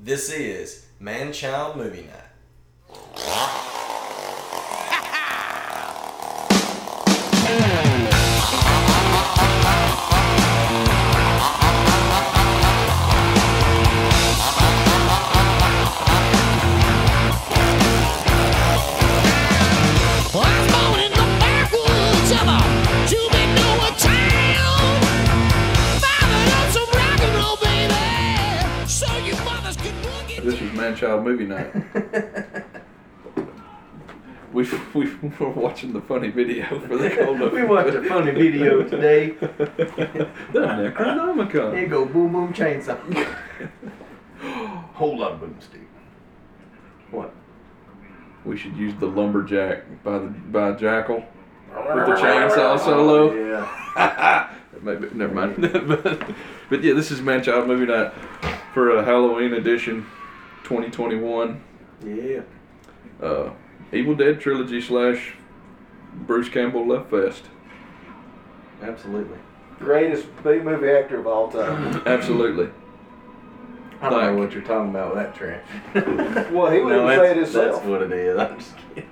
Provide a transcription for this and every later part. This is Man Child Movie Night. I was born in the backwoods of a Shenandoah town. Firing up some rock and roll, baby, so you mothers could boogie. This was Man Child Movie Night. we, we were watching the funny video for the cold We watched a funny video today. The Necronomicon. Here go boom boom chainsaw. Whole lot of boomstick. What? We should use the lumberjack by the by Jackal with the Oh, chainsaw solo. Yeah. Maybe, never mind. but, but yeah, this is Man Child Movie Night for a Halloween edition, 2021. Yeah. Uh, Evil Dead trilogy slash Bruce Campbell Left Fest. Absolutely. Greatest B movie actor of all Mm. time. Absolutely. I don't Like- know what you're talking about with that trash. Well, he wouldn't say it himself. That's what it is. I'm just kidding.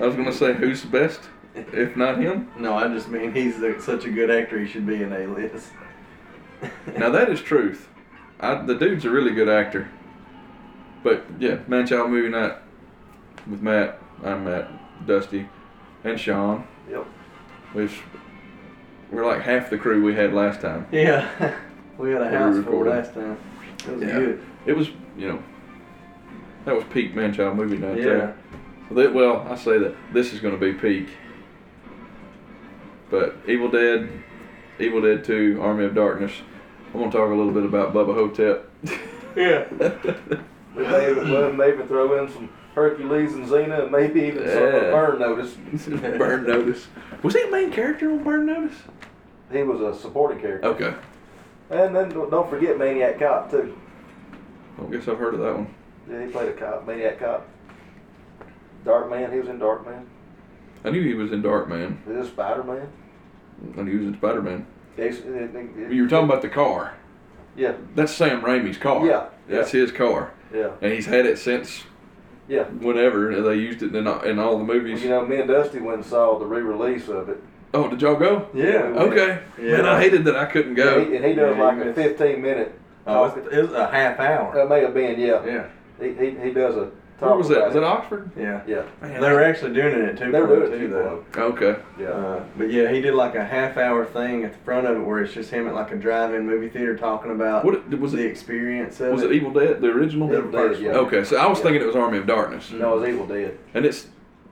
I was gonna say who's the best, if not him. No, I just mean he's the, such a good actor. He should be in A list. Now that is truth. I, the dude's a really good actor. But yeah, Man Child Movie Night with Matt. I'm Matt, Dusty, and Sean. Yep. Which we're like half the crew we had last time. Yeah. we had a We house full recorded. last time. It was good. It was you know that was peak Man Child Movie Night. Yeah. There. That- well, I say that this is gonna be peak. But Evil Dead, Evil Dead Two, Army of Darkness. I'm gonna talk a little bit about Bubba Hotep. Yeah. We may, even, we may even throw in some Hercules and Xena, and maybe even some Yeah. of Burn Notice. Burn Notice. Was he a main character on Burn Notice? He was a supporting character. Okay. And then don't don't forget Maniac Cop, too. I guess I've heard of that one. Yeah, he played a cop, Maniac Cop. Dark Man, he was in Dark Man. I knew he was in Darkman. He was Spider Man. I knew he was in Spider Man. You You were talking about the car. Yeah, That's Sam Raimi's car. Yeah, That's his car. yeah, And he's had it since yeah. whenever they used it in all, in all the movies. You know, me and Dusty went and saw the re-release of it. Oh, did y'all go? Yeah. we went. Okay. Yeah. Man, I hated that I couldn't go. And he, and he does Yeah, like you a missed- 15 minute Oh, talk. it was, it was a half hour. That may have been, yeah. Yeah. He, he, he does a talk Where was that? about Was that Oxford? Yeah. Yeah, Man, They were actually doing it at two. they're doing it too, too, though. though. Uh-huh. Okay. Yeah. Uh, but yeah, he did like a half hour thing at the front of it where it's just him at like a drive-in movie theater talking about What it- was the it? experience of Was it E- Evil Dead? The original. Evil Dead, first yeah. Okay, so I was Yeah. thinking it was Army of Darkness. No, it was Evil Dead. And it's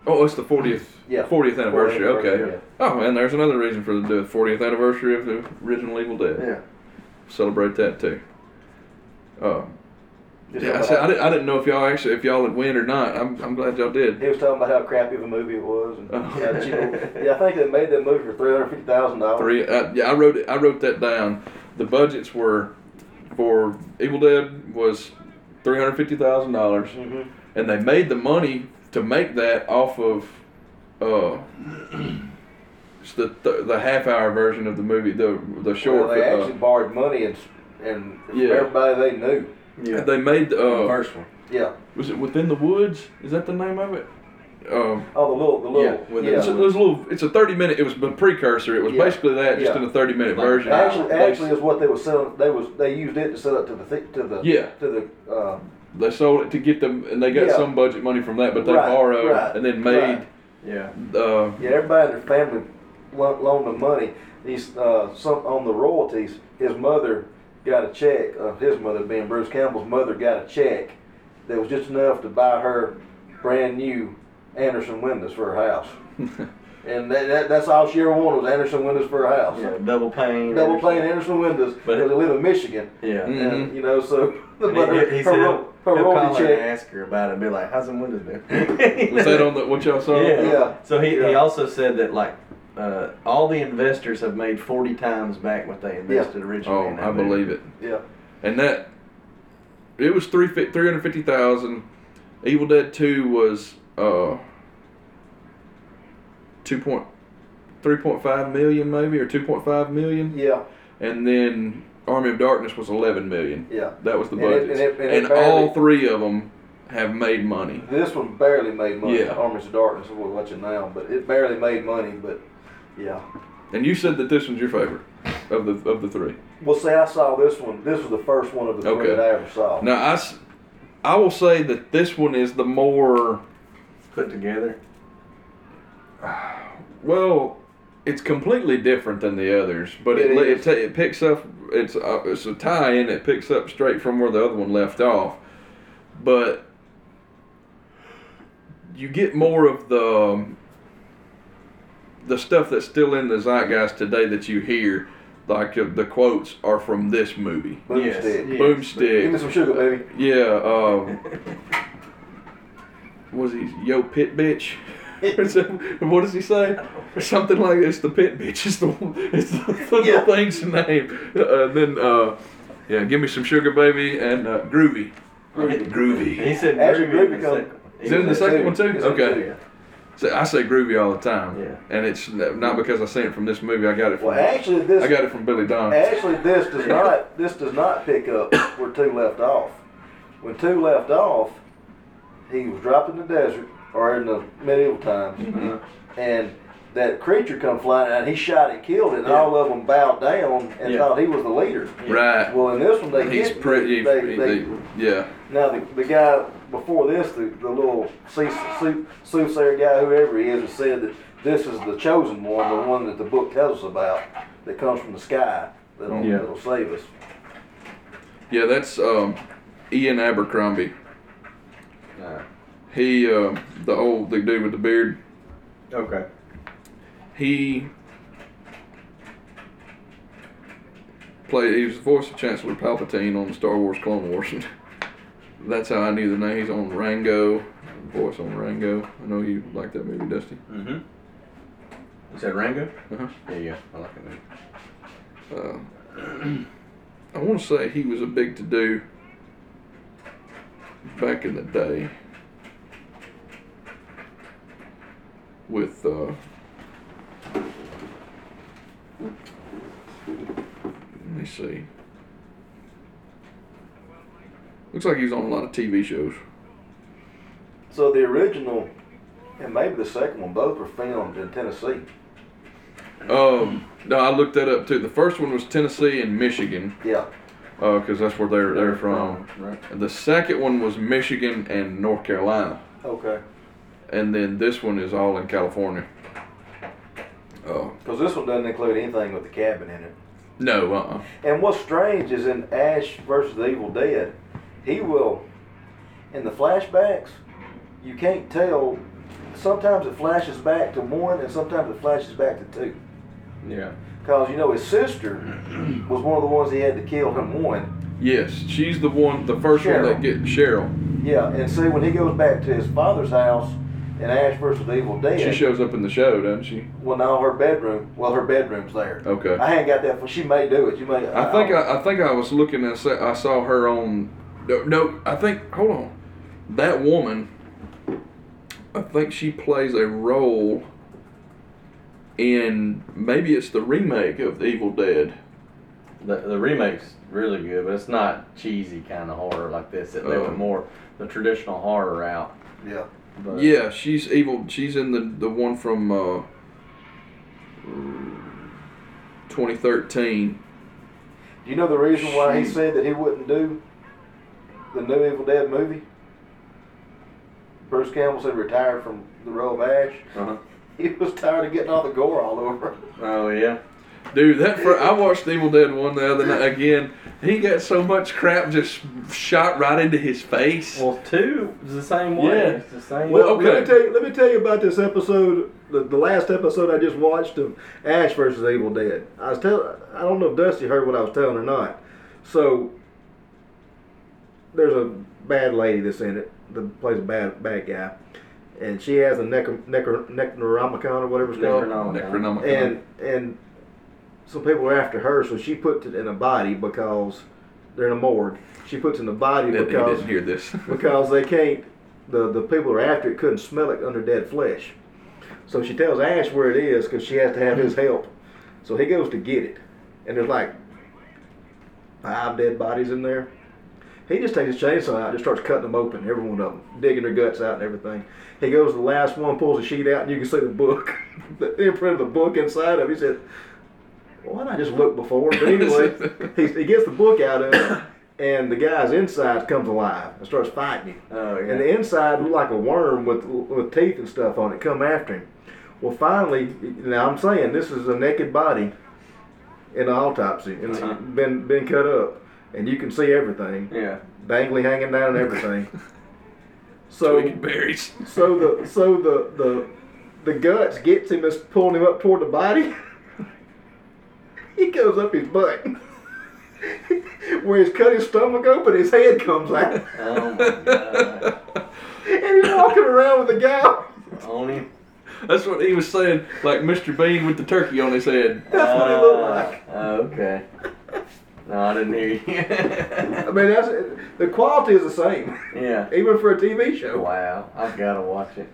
oh, it's the fortieth Yeah. fortieth anniversary. 40th Okay. anniversary, Oh man, there's another reason for the fortieth anniversary of the original Evil Dead. Yeah, Celebrate that too. Uh, Just yeah, I, talking said, I, about- didn't, I didn't know if y'all actually if y'all had went or not. I'm, I'm glad y'all did. He was talking about how crappy of a movie it was. And Oh. how cheap it- yeah, I think they made that movie for three hundred fifty thousand dollars. Three. I, yeah, I wrote it. I wrote that down. The budgets were for Evil Dead was three hundred fifty thousand dollars, Mhm. and they made the money to make that off of uh, it's the the, the half hour version of the movie, the the short. Well, they uh, actually borrowed money and and from Yeah. everybody they knew. yeah. They made the uh, first one. Yeah. was it within the woods? Is that the name of it? Um, Oh, the little, the little. Yeah, with it's, a, the- it's a little. It's a thirty minute. It was the precursor. It was Yeah. basically that, just Yeah. in a thirty minute Like version. Actually, They- actually, is what they was selling. They was they used it to sell it to the thi- to the Yeah. to the uh, they sold it to get them, and they got Yeah. some budget money from that, but they Right, borrowed right, and then made. Yeah, Uh, yeah everybody in their family lo- loaned them money. He's uh, some on the royalties. His mother got a check. Uh, his mother being Bruce Campbell's mother got a check that was just enough to buy her brand new Anderson windows for her house. and that, that, that's all she ever wanted was Anderson windows for her house. yeah. Double pane. Double plane Anderson windows But- because they live in Michigan. Yeah. Mm-hmm. Mm. And, you know, so And he, he, he said ro- he'll, her he'll royalty call her and check. ask her about it and be like, "How's the windows been?" was that on the what y'all saw? Yeah. Yeah. So he, he Yeah. also said that like uh, all the investors have made forty times back what they invested originally. Oh, in that I movie. believe it. Yeah. And that it was three three hundred fifty thousand. Evil Dead Two was uh two point three point five million maybe or two point five million, Yeah. and then Army of Darkness was 11 million. Yeah. That was the And it- budget. And, and it- and it barely- all three of them have made money. This one barely made money. Yeah. Armies of Darkness is what we're watching now, but it barely made money. But yeah, And you said that this one's your favorite of the of the three. well, see, I saw this one. This was the first one of the three Okay. that I ever saw. Now I, s- I will say that this one is the more Put together. well. It's completely different than the others, but it It it, is. ta it picks up. It's uh, it's a tie-in. It picks up straight from where the other one left off, but you get more of the um, the stuff that's still in the zeitgeist today that you hear. Like uh, the quotes are from this movie. Yes, Boomstick. yes. Boomstick. Give me some sugar, baby. Yeah, um was he yo pit bitch? Or some- what does he say? Something like it's the pit bitch. It's the it's the, the Yeah. thing's name. Uh, then uh, yeah, give me some sugar, baby, and uh, groovy. Groovy. He groovy. said Actually, groovy in the Rubicon- second- Is it in the It's in second two. one too? It's in Okay. two. So I say groovy all the time. Yeah. And it's n- not because I seen it from this movie. I got it from Well, actually, this I got it from Billy Don. Actually, this does not this does not pick up where two left off. When two left off, he was dropped in the desert or in the medieval times, Mm-hmm. and that creature come flying out. He shot and killed it, and all of them bowed down and Yeah. thought he was the leader. Right. Well, in this one, they He's get- pretty. They, he- they- they- yeah. now the, the guy before this, the, the little sea- sea- soothsayer guy, whoever he is, has said that this is the chosen one, the one that the book tells us about, that comes from the sky, that'll, Yeah. that'll save us. Yeah, that's um, Ian Abercrombie. No. He, uh, the old the dude with the beard, Okay. he played. He was the voice of Chancellor Palpatine on Star Wars Clone Wars. That's how I knew the name. He's on Rango, voice on Rango. I know you like that movie, Dusty. Mm-hmm. You said Rango? Uh-huh. Yeah, yeah. I like it. man. Uh, I want to say he was a big to do back in the day with uh, let me see. Looks like he was on a lot of TV shows. So the original and maybe the second one, both were filmed in Tennessee. Um, no, I looked that up too. The first one was Tennessee and Michigan Yeah, because that's where they're they're from. Right. The second one was Michigan and North Carolina. okay. and then this one is all in California. Oh Because this one doesn't include anything with the cabin in it. no, uh-uh. And what's strange is in Ash versus the Evil Dead, he will, in the flashbacks, you can't tell. Sometimes it flashes back to one, and sometimes it flashes back to two. Yeah. Because, you know, his sister was one of the ones he had to kill him one. Yes, she's the one, the first one Cheryl. that get Cheryl. Yeah, and see, when he goes back to his father's house in Ash versus the Evil Dead, She shows up in the show, doesn't she? well, now her bedroom, well, her bedroom's there. Okay. I ain't got that. She may do it. You may. I think I, I think I was looking and sa- I saw her on. No, no, I think hold on, that woman. I think she plays a role in maybe it's the remake of The Evil Dead. The, the remake's really good, but it's not cheesy kind of horror like this. It, They Oh. went more the traditional horror route. Yeah. But Yeah, she's evil. She's in the the one from uh, 2013. You know the reason why he Shoot. said that he wouldn't do the new Evil Dead movie? Bruce Campbell said retired from the role of Ash. Uh-huh. He was tired of getting all the gore all over. Oh, yeah. Dude, that fir- I watched Evil Dead one the other night again. He got so much crap just shot right into his face. Well, two is the same way. Yeah. It's the same. Well, okay. let me tell you, let me tell you about this episode, the, the last episode I just watched of Ash versus Evil Dead. I was tell, I don't know if Dusty heard what I was telling or not. So there's a bad lady that's in it that plays a bad bad guy, and she has a necro, necro, necronomicon or whatever it's oh, called Oh, Necronomicon. and and some people were after her, so she puts it in a body because they're in a morgue. She puts it in a body He didn't, he because didn't hear this. because they can't the the people who are after it couldn't smell it under dead flesh. So she tells Ash where it is because she has to have his help. So he goes to get it, and there's like five dead bodies in there. He just takes his chainsaw out, just starts cutting them open, every one of them, digging their guts out and everything. He goes to the last one, pulls a sheet out, and you can see the book, the imprint of the book inside of it. He said, "Why not just look before?" But anyway, he, he gets the book out of it, and the guy's inside comes alive and starts fighting him. Oh, yeah. And the inside looked like a worm with with teeth and stuff on it. Come after him. Well, finally, now I'm saying this is a naked body in an autopsy and it's Uh-huh. been been cut up, and you can see everything, yeah. dangly hanging down and everything. So So Twig berries. so the so the the the guts gets him is pulling him up toward the body. he goes up his butt. Where he's cut his stomach open, his head comes out, Oh my god. and he's walking around with a guy. On him. That's what he was saying, like Mr. Bean with the turkey on his head. That's what he looked like. Ah, Okay. No, I didn't hear I you. mean, that's the quality is the same, yeah. even for a TV show. Wow, I've got to watch it.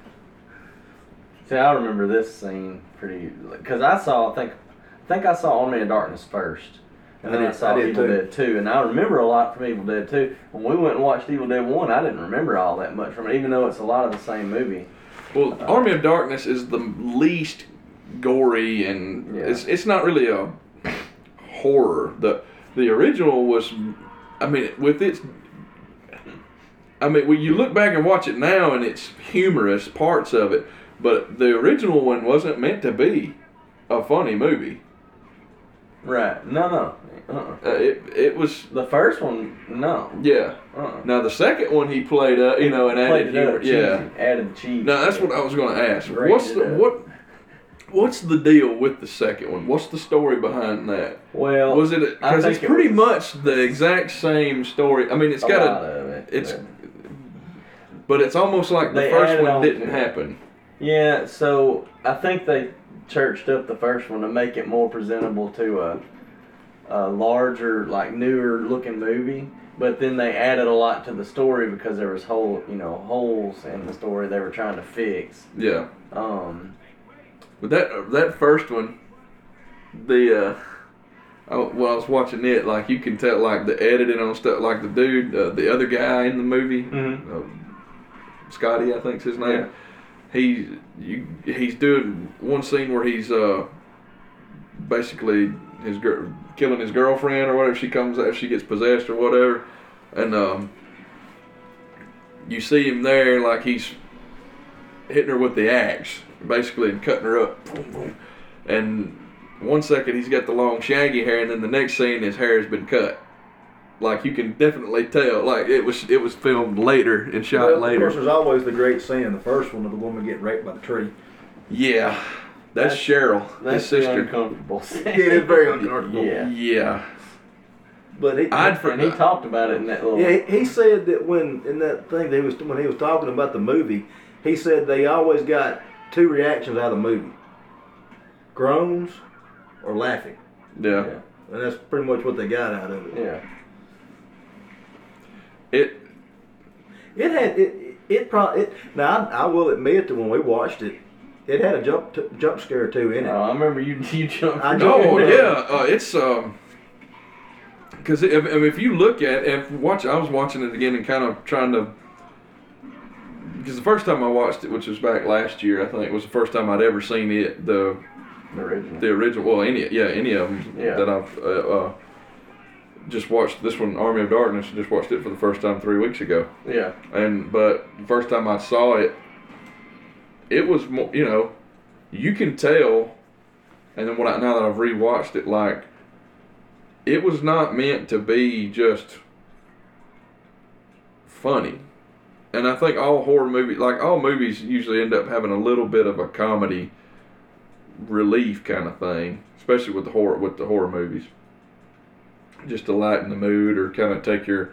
See, I remember this scene pretty because I saw, I think, I think I saw On Man in Darkness first, and then Uh, I saw I did Evil too. Dead Two, and I remember a lot from Evil Dead Two. When we went and watched Evil Dead One, I didn't remember all that much from it, even though it's a lot of the same movie. Well, Army of Darkness is the least gory, and Yeah. it's it's not really a horror. the The original was, I mean, with its, I mean, when you look back and watch it now, and it's humorous parts of it, but the original one wasn't meant to be a funny movie. Right? No, no. Uh-uh. Uh, it it was, The first one, no. yeah. Uh-uh. Now the second one he played, uh, you know, and Played added it up, humor. Yeah. cheesy, added cheese. No, that's what I was going to ask. Rated What's the up. what? What's the deal with the second one? What's the story behind that? Well, Was it I because it's think it pretty was- much the exact same story? I mean, it's a got lot a, of it, it's, but- but it's almost like the They first added one on didn't to it. happen. Yeah, so I think they churched up the first one to make it more presentable to a, a larger, like newer looking movie. But then they added a lot to the story because there was whole, you know, holes in the story they were trying to fix. Yeah, Um, but that uh, that first one, the uh, I, when I was watching it, like you can tell, like the editing on stuff, like the dude, uh, the other guy in the movie, Mhm. uh, Scotty, I think's his name. Yeah. He you, he's doing one scene where he's uh, basically his girl killing his girlfriend or whatever. She comes out, she gets possessed or whatever, and um, you see him there like he's hitting her with the axe, basically, and cutting her up. Boom, boom. And one second he's got the long shaggy hair, and then the next scene his hair has been cut. Like you can definitely tell, like it was it was filmed later and shot Well, Of later. course, there's always the great scene in the first one of the woman getting raped by the tree. Yeah, that's, That's- Cheryl, that's his the sister. uncomfortable scene. It is very uncomfortable. Yeah. Yeah, But he, I'd And he forgot. talked about it in that little. yeah, he- he said that when in that thing that he was when he was talking about the movie, he said they always got two reactions out of the movie: groans or laughing, yeah. Yeah. and that's pretty much what they got out of it. Yeah. It It had it it probably now I, I will admit that when we watched it, it had a jump t- jump scare too in it. Oh, I remember you. You jumped. I Oh Oh, yeah. Uh, yeah, uh, it's um, because if, I mean, if you look at if watch, I was watching it again and kind of trying to, because the first time I watched it, which was back last year, I think was the first time I'd ever seen it the The original. the original, well any yeah any of them Yeah. that I've uh, uh, just watched this one Army of Darkness, just watched it for the first time three weeks ago, Yeah. and but the first time I saw it, it was more you know, you can tell and then what I, now that I've rewatched it, like it was not meant to be just funny. And I think all horror movies, like all movies, usually end up having a little bit of a comedy relief kind of thing, especially with the horror with the horror movies, just to lighten the mood or kind of take your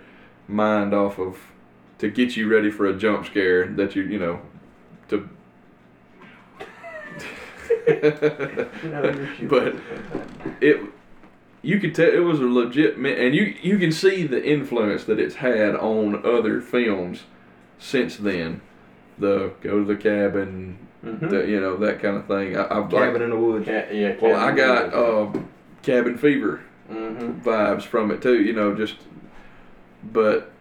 mind off of to get you ready for a jump scare that you you know to. No, you're shooting. but it you could tell it was a legit me- and you you can see the influence that it's had on other films since then the go to the cabin Mhm. the, you know that kind of thing I, i've Cabin like in the woods. Ca- yeah. well i Cabin got Fever. uh, cabin fever Mm-hmm. vibes from it too, you know, just but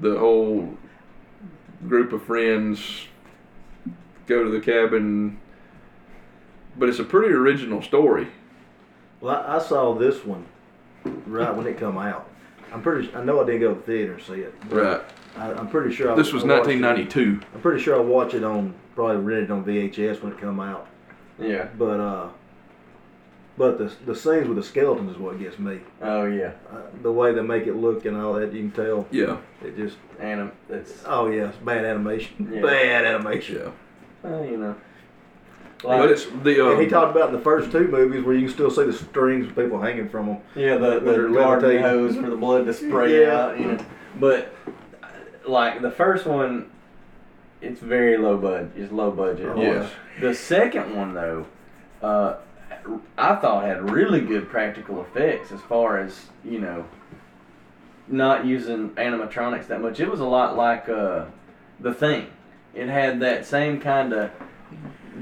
the whole group of friends go to the cabin but it's a pretty original story. Well, I, I saw this one right when it come out. I'm pretty. I know I didn't go to the theater and see it. but Right. I, I'm pretty sure. I, This was I watched it. 1992. I'm pretty sure I watched it on probably rented it on VHS when it come out. Yeah. But uh, but the the scenes with the skeletons is what gets me. Oh yeah. Uh, the way they make it look and all that, you can tell Yeah. it just. Anim. It's Oh yeah, it's bad animation. Yeah. Bad animation. Yeah. uh, you know. But Like, it's the And he um, talked about in the first two movies where you can still see the strings of people hanging from them. yeah, the, They're the garden levitating. hose for the blood to spray Yeah. out. You know. But uh, like the first one, it's very low budget. It's low budget. Oh, yes. The second one, though, uh, I thought had really good practical effects as far as you know, not using animatronics that much. It was a lot like uh, the thing. It had that same kind of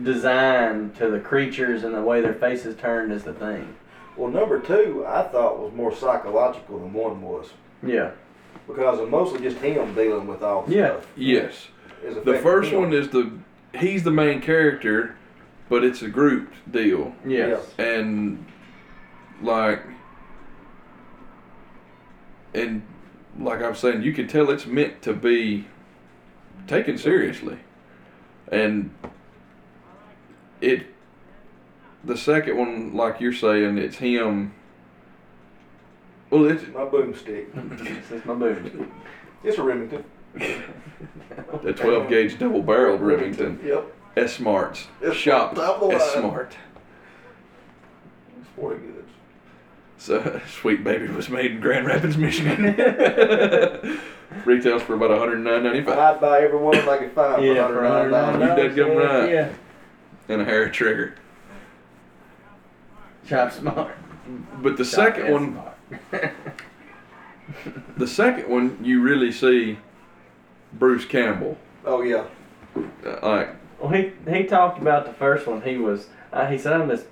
design to the creatures and the way their faces turned as the thing. Well, number two, I thought was more psychological than one was Yeah. because it's mostly just him dealing with all the Yeah. stuff. Yes. It's The affecting first him. one is the he's the main character, but it's a group deal. Yes. and like and like I'm saying, you can tell it's meant to be taken seriously, and it the second one, like you're saying, it's him. Well, it's my boomstick. this is my boob. It's a Remington. a 12 gauge double barreled Remington Yep, S Smarts It's shop top of the S line. Smart. sporting goods. So, Sweet Baby was made in Grand Rapids, Michigan. Retails for about 109.95 I'd buy every one I could find Yeah, for for $109. You did good right. Yeah. and a hair trigger. Shop smart. But the Shop second and one, smart. the second one, you really see Bruce Campbell. Oh yeah, Uh, like, Well, he he talked about the first one. He was uh, he said I'm this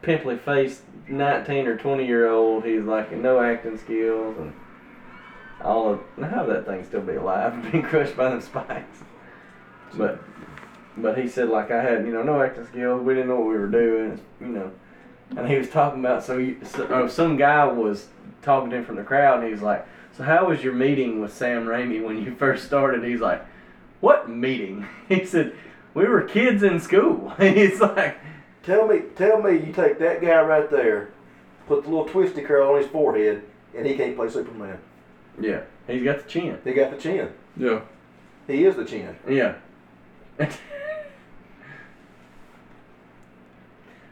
pimply faced nineteen or twenty year old. He's like no acting skills and all of how that thing still be alive, being crushed by them spikes. But but he said like I had you know no acting skills. We didn't know what we were doing. You know, and he was talking about so, you, so oh, some guy was talking to him from the crowd and he was like, so how was your meeting with Sam Raimi when you first started? He's like. What meeting? He said, We were kids in school. He's like, tell me, tell me, you take that guy right there, put the little twisty curl on his forehead, and he can't play Superman. Yeah. He's got the chin. He got the chin. yeah, He is the chin. Yeah.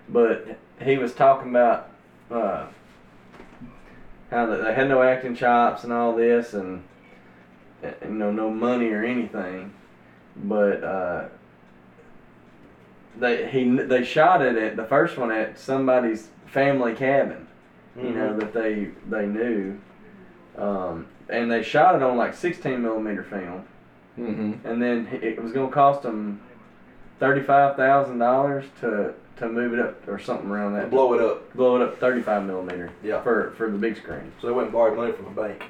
but he was talking about uh, how that they had no acting chops and all this, and, and no no money or anything. But uh, they he they shot it at the first one at somebody's family cabin, you know Mm-hmm. that they they knew, um, and they shot it on like 16 millimeter film mm-hmm. and then it was gonna cost them thirty-five thousand dollars to to move it up or something around that. Blow it up. blow it up thirty-five millimeter. Yeah. For for the big screen. So they went and borrowed money from a bank.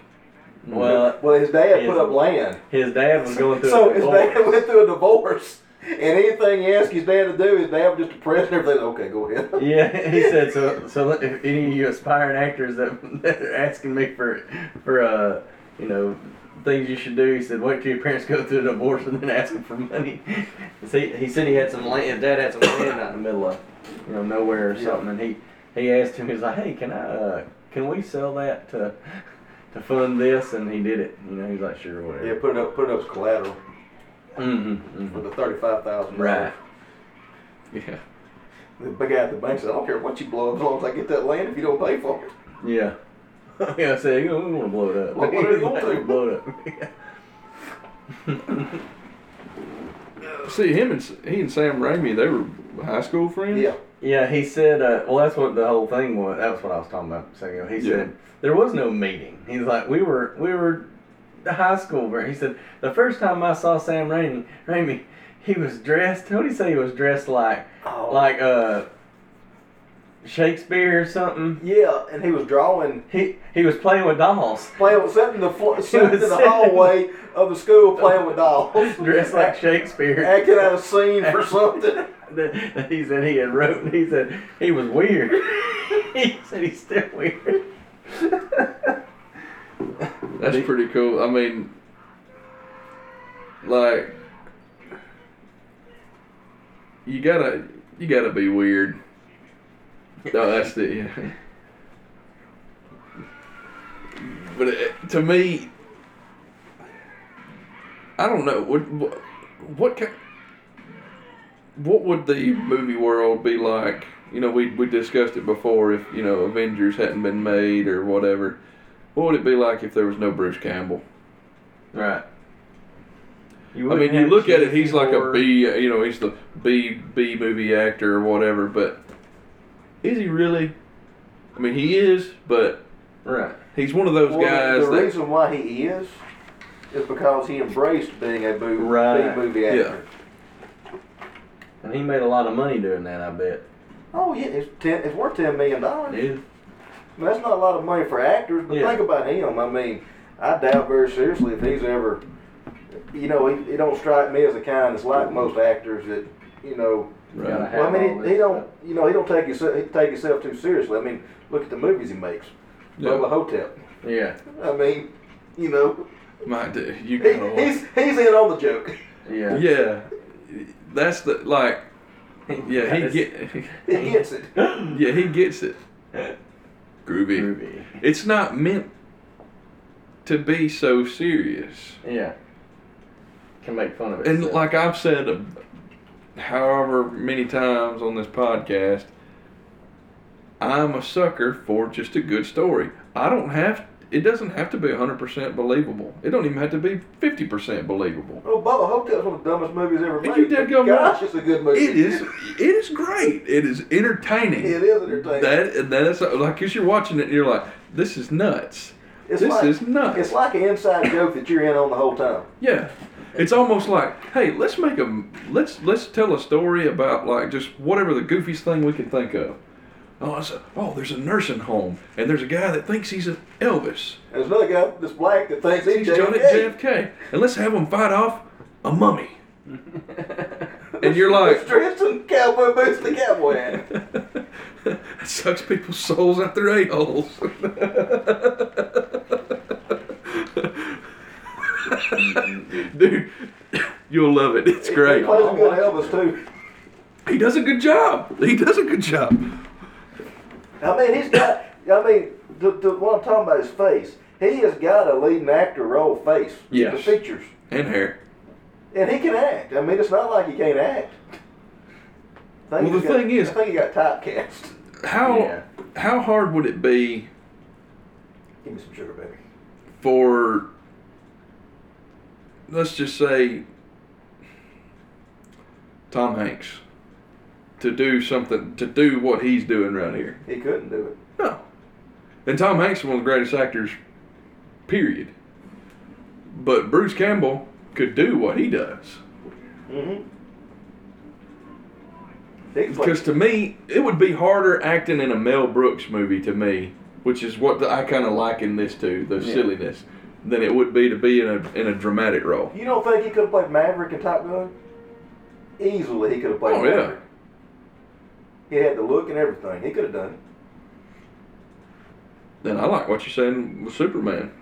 Mm-hmm. Well, Well, his dad put His- up land. his dad was going through. So a his divorce. dad went through a divorce, and anything he asked his dad to do, his dad was just depressed and everything. Okay, go ahead. Yeah, he said so. So if any of you aspiring actors that, that are asking me for for uh you know things you should do, he said wait till your parents go through a divorce and then ask them for money. See, he said he had some land. His dad had some land out in the middle of you know nowhere or Yeah. something, and he he asked him. He was like, hey, can I uh, can we sell that to to fund this? And he did it. You know, he's like, sure, whatever. Yeah, put it up, put it up as collateral Mm-hmm, for the thirty-five thousand. Right. yeah. The big guy at the bank said, "I don't care what you blow up, as long as I get that land. If you don't pay for it, Yeah. yeah, I said, you know, we want to blow it up. Well, what are you gonna do? blow it up. See him and S- he and Sam Raimi, they were high school friends. yeah, Yeah, he said. Uh, well, that's what the whole thing was. That's what I was talking about a second ago. He Yeah. said there was no meeting. He's like, we were, we were, the high school. ver-" He said the first time I saw Sam Raimi, Raimi, he was dressed. What did he say? He was dressed like, Oh. like uh, Shakespeare or something. Yeah, and he was drawing, He he was playing with dolls, playing with sitting in the floor, sitting in was the sitting- hallway of the school playing with dolls, dressed like Shakespeare. acting out a scene for something. That- he said he had wrote. and He said he was weird. he said he's still weird. That's pretty cool. I mean, like, you gotta, you gotta be weird. No, that's the. Yeah. But it, to me, I don't know what what what kind, what would the movie world be like? You know, we we discussed it before. If you know Avengers hadn't been made or whatever, what would it be like if there was no Bruce Campbell? Right. You I mean, wouldn't you have look at it, he's Shakespeare like a or- B, you know, he's the B B movie actor or whatever, but is he really? I mean, he is, but Right. he's one of those Well, guys the that reason why he is is because he embraced being a boo- Right. B movie actor. And he made a lot of money doing that. I bet. Oh yeah, it's ten. It's worth ten million dollars. Dude. I mean, that's not a lot of money for actors, but Yeah. think about him. I mean, I doubt very seriously if he's ever. You know, he, he don't strike me as the kind that's like most actors that, you know. right. Well, I mean, he, he don't. You know, he don't take himself he take himself too seriously. I mean, look at the movies he makes. Yeah. Bubba Hotep. Yeah. I mean, you know, My dude, you he, gotta he's he's in on the joke. Yeah. watch. Yeah, that's the like. Yeah, he get. He gets it. Yeah, he gets it. Groovy. Groovy. It's not meant to be so serious. Yeah. Can make fun of it. And like I've said a- however many times on this podcast, I'm a sucker for just a good story. I don't have it doesn't have to be 100% believable. It don't even have to be 50% believable. Oh, Bubba Hotep's one of the dumbest movies ever made. If you did go Gosh, watch- it's a good movie. It is it is great. It is entertaining. It is entertaining. That and that is like cuz you're watching it and you're like this is nuts. It's this like- is nuts. It's like an inside joke that you're in on the whole time. Yeah, it's almost like, hey, let's make a let's let's tell a story about like just whatever the goofiest thing we can think of. Oh, it's a, oh, there's a nursing home, and there's a guy that thinks he's an Elvis. There's another guy, this black, that thinks He's he's Johnny JFK. JFK, and let's have him fight off a mummy. and you're like, He's dressed in cowboy boots and a cowboy hat. that sucks people's souls out their a holes. Dude, you'll love it. It's He great. plays a good Elvis too. He does a good job. He does a good job. I mean, he's got. I mean, the, the what I'm talking about is face. He has got a leading actor role face. The Yes. features, And hair. and he can act. I mean, it's not like he can't act. I Well, think the he's got- thing is- I think he got typecast. How Yeah. how hard would it be Give me some sugar, baby. for let's just say Tom Hanks to do something to do what he's doing right here? He couldn't do it. No. And Tom Hanks is one of the greatest actors, period. But Bruce Campbell could do what he does. Mm-hmm. He could play Because to me, it would be harder acting in a Mel Brooks movie to me, which is what I kind of liken this to the silliness, than it would be to be in a in a dramatic role. You don't think he could have played Maverick in Top Gun? Easily, he could have played Oh, yeah. Maverick. He had the look and everything. He could have done it. Then I like what you're saying with Superman,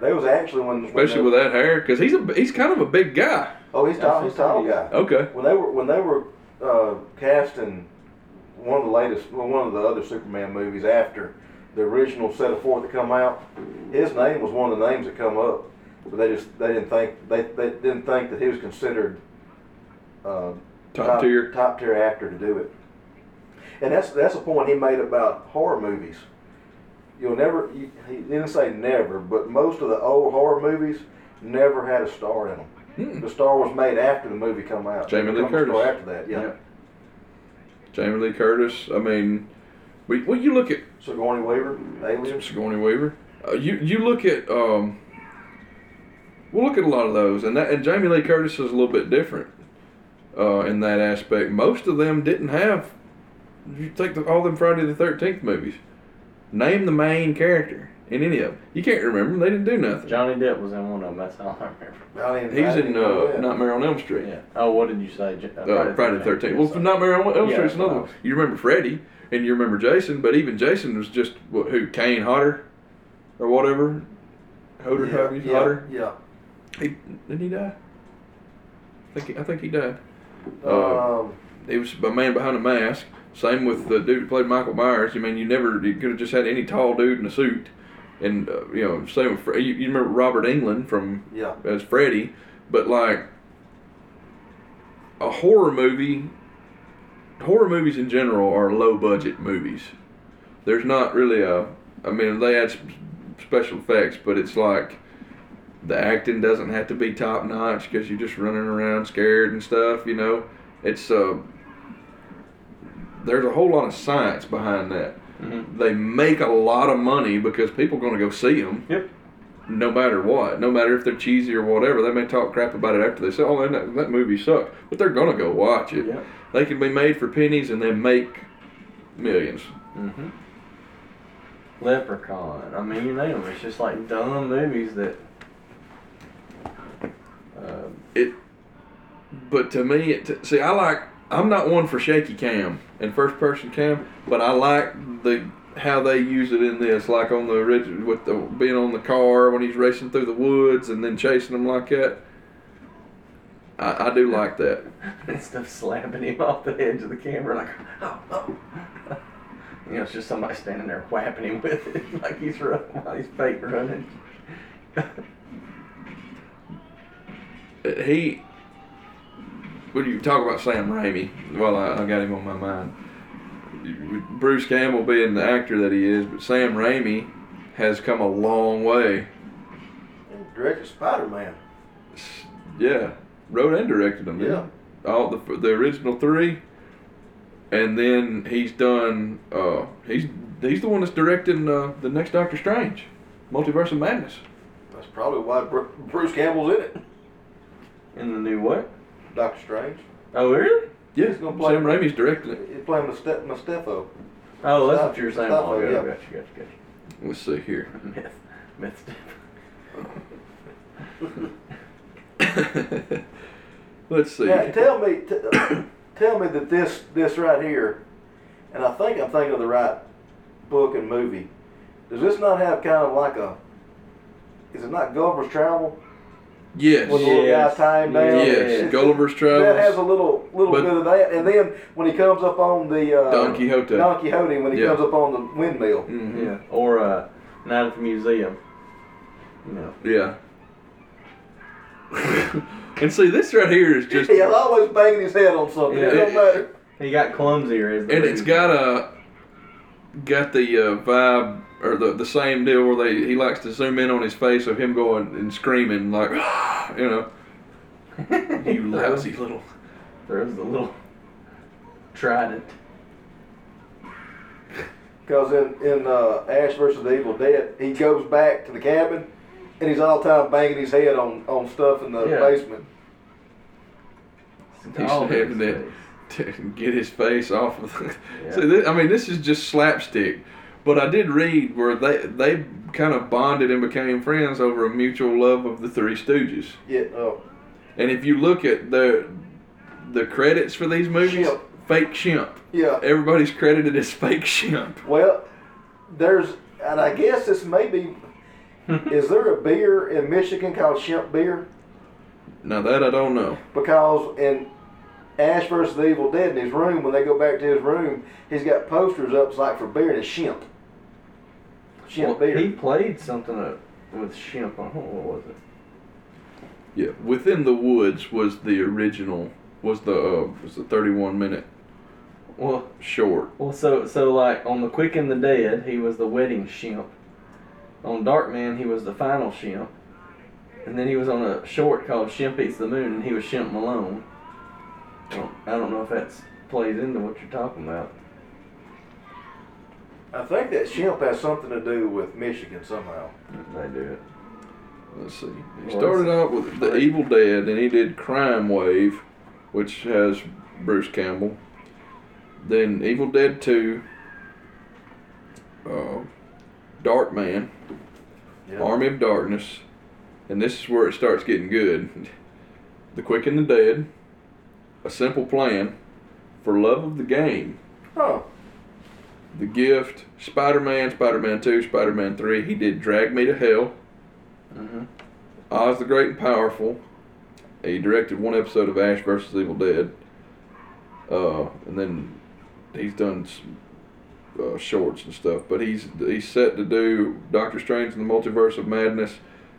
That was actually when, when especially they- with that hair, because he's a he's kind of a big guy. oh, he's tall. He's tall guy. Okay, When they were when they were uh, casting one of the latest, well, one of the other Superman movies after the original set of four that come out, his name was one of the names that come up. But they just they didn't think they, they didn't think that he was considered uh, top, tier. top tier actor to do it. And that's that's a point he made about horror movies. You'll never you, he didn't say never, but most of the old horror movies never had a star in them. Hmm. The star was made after the movie come out. Jamie It Lee become a star Curtis. After that, yeah. Yeah. Jamie Lee Curtis. I mean, but when you look at Sigourney Weaver, Aliens. Sigourney Weaver. Uh, you you look at um, we'll look at a lot of those, and that and Jamie Lee Curtis is a little bit different uh, in that aspect. Most of them didn't have You take the, all them Friday the Thirteenth movies. Name the main character in any of them. You can't remember. 'em, They didn't do nothing. Johnny Depp was in one of them. That's all I remember. I didn't- I He's didn't in know uh, that. Nightmare on Elm Street. Yeah. Oh, what did you say? J- uh, Uh, Friday the Thirteenth. Well, for Nightmare on Elm Yeah, Street's another well. one. You remember Freddy, and you remember Jason, but even Jason was just what, who Kane Hodder, or whatever, Hodder, Yeah, however you yeah, Hodder. Yeah. He, didn't he die? I think he, I think he died. Uh, Um, He was a man behind a mask. Same with the dude who played Michael Myers. I mean, you never you could have just had any tall dude in a suit, and uh, you know, same with Fre- you, you remember Robert England from yeah. as Freddy, but like a horror movie. Horror movies in general are low budget movies. There's not really a. I mean, they add sp- special effects, but it's like the acting doesn't have to be top notch because you're just running around scared and stuff. You know, it's uh. There's a whole lot of science behind that. Mhm. They make a lot of money because people going to go see them Yep. no matter what, no matter if they're cheesy or whatever, they may talk crap about it after they say, "Oh, that, that movie sucked," but they're gonna go watch it. Yep. They can be made for pennies and they make millions. hmm Leprechaun. I mean, you name 'em. It's just like dumb movies that. Uh, It, but to me, it, see, I like. I'm not one for shaky cam and first person cam, but I like the how they use it in this, like on the original with the being on the car when he's racing through the woods and then chasing them like that. I, I do like that. that stuff slapping him off the edge of the camera, like, oh, oh. You know, it's just somebody standing there whapping him with it, like he's running, while he's fake running. he when you talk about Sam Raimi, well, I, I got him on my mind. Bruce Campbell being the actor that he is, but Sam Raimi has come a long way. And Directed Spider Man. S- Yeah, wrote and directed them. didn't he? all the the original three, and then he's done. Uh, he's he's the one that's directing uh, the next Doctor Strange, Multiverse of Madness. That's probably why Bru- Bruce Campbell's in it. In the new what? Doctor Strange. Oh, really? Yeah, He's Sam gonna play- Raimi's directing it. He's playing Miste- Mustafo. Oh, that's Stop- what you were saying. stop Oh, it, yeah. yeah. Gotcha, gotcha, gotcha. Let's see here. Myth. Myth step. Let's see. Now, tell me, t- tell me that this this right here, and I think I'm thinking of the right book and movie. Does this not have kind of like a? Is it not Gulliver's Travel? Yes. When the little guy Yes. tie him down. Yes, It's- Gulliver's That has a Travels. little little But- bit of that, and then when he comes up on the uh, Don Quixote. Don Quixote, when he Yeah. comes up on the windmill, Mhm. Yeah. Or uh, Night at the Museum. You know. Yeah. and see, this right here is just, he's always banging his head on something. Yeah. It don't matter. He got clumsier as the and it's movie- got a, got the uh, vibe or the the same deal where they he likes to zoom in on his face of him going and screaming like, you know, you lousy little. Throws the little trident. Because in in uh, Ash versus the Evil Dead, he goes back to the cabin, and he's all the time banging his head on, on stuff in the Yeah. basement. He All should have these that things. to get his face off of. Yeah. so this, I mean, this is just slapstick. But I did read where they they kind of bonded and became friends over a mutual love of the Three Stooges. Yeah, oh, And if you look at the the credits for these movies, Shemp. fake Shemp. yeah. Everybody's credited as fake Shemp. Well, there's, and I guess this may be. is there a beer in Michigan called Shemp beer? Now that I don't know. Because in Ash versus the Evil Dead, in his room, when they go back to his room, he's got posters up it's like for beer and it's Shemp. Shemp Well, beer. He played something uh, with Shemp. I don't know what was it. Yeah, Within the Woods was the original. Was the uh, was the 31 minute Well, short. well, so so like on the Quick and the Dead, he was the wedding Shemp. On Darkman, he was the final Shemp. And then he was on a short called Shemp Eats the Moon, and he was Shemp Malone. I don't, I don't know if that's plays into what you're talking about. I think that Shemp has something to do with Michigan somehow. if They do it. Let's see. He Well, started that's- out with The Evil Dead, and he did Crime Wave, which has Bruce Campbell. Then Evil Dead 2, uh, Dark Man, Yeah. Army of Darkness, and this is where it starts getting good. The Quick and the Dead, A Simple Plan, For Love of the Game, Oh, The Gift, Spider Man, Spider Man 2, Spider Man 3. He did Drag Me to Hell, Mm-hmm. Oz the Great and Powerful. He directed one episode of Ash versus Evil Dead. Uh, and then he's done s uh, shorts and stuff. But he's he's set to do Doctor Strange and the Multiverse of Madness,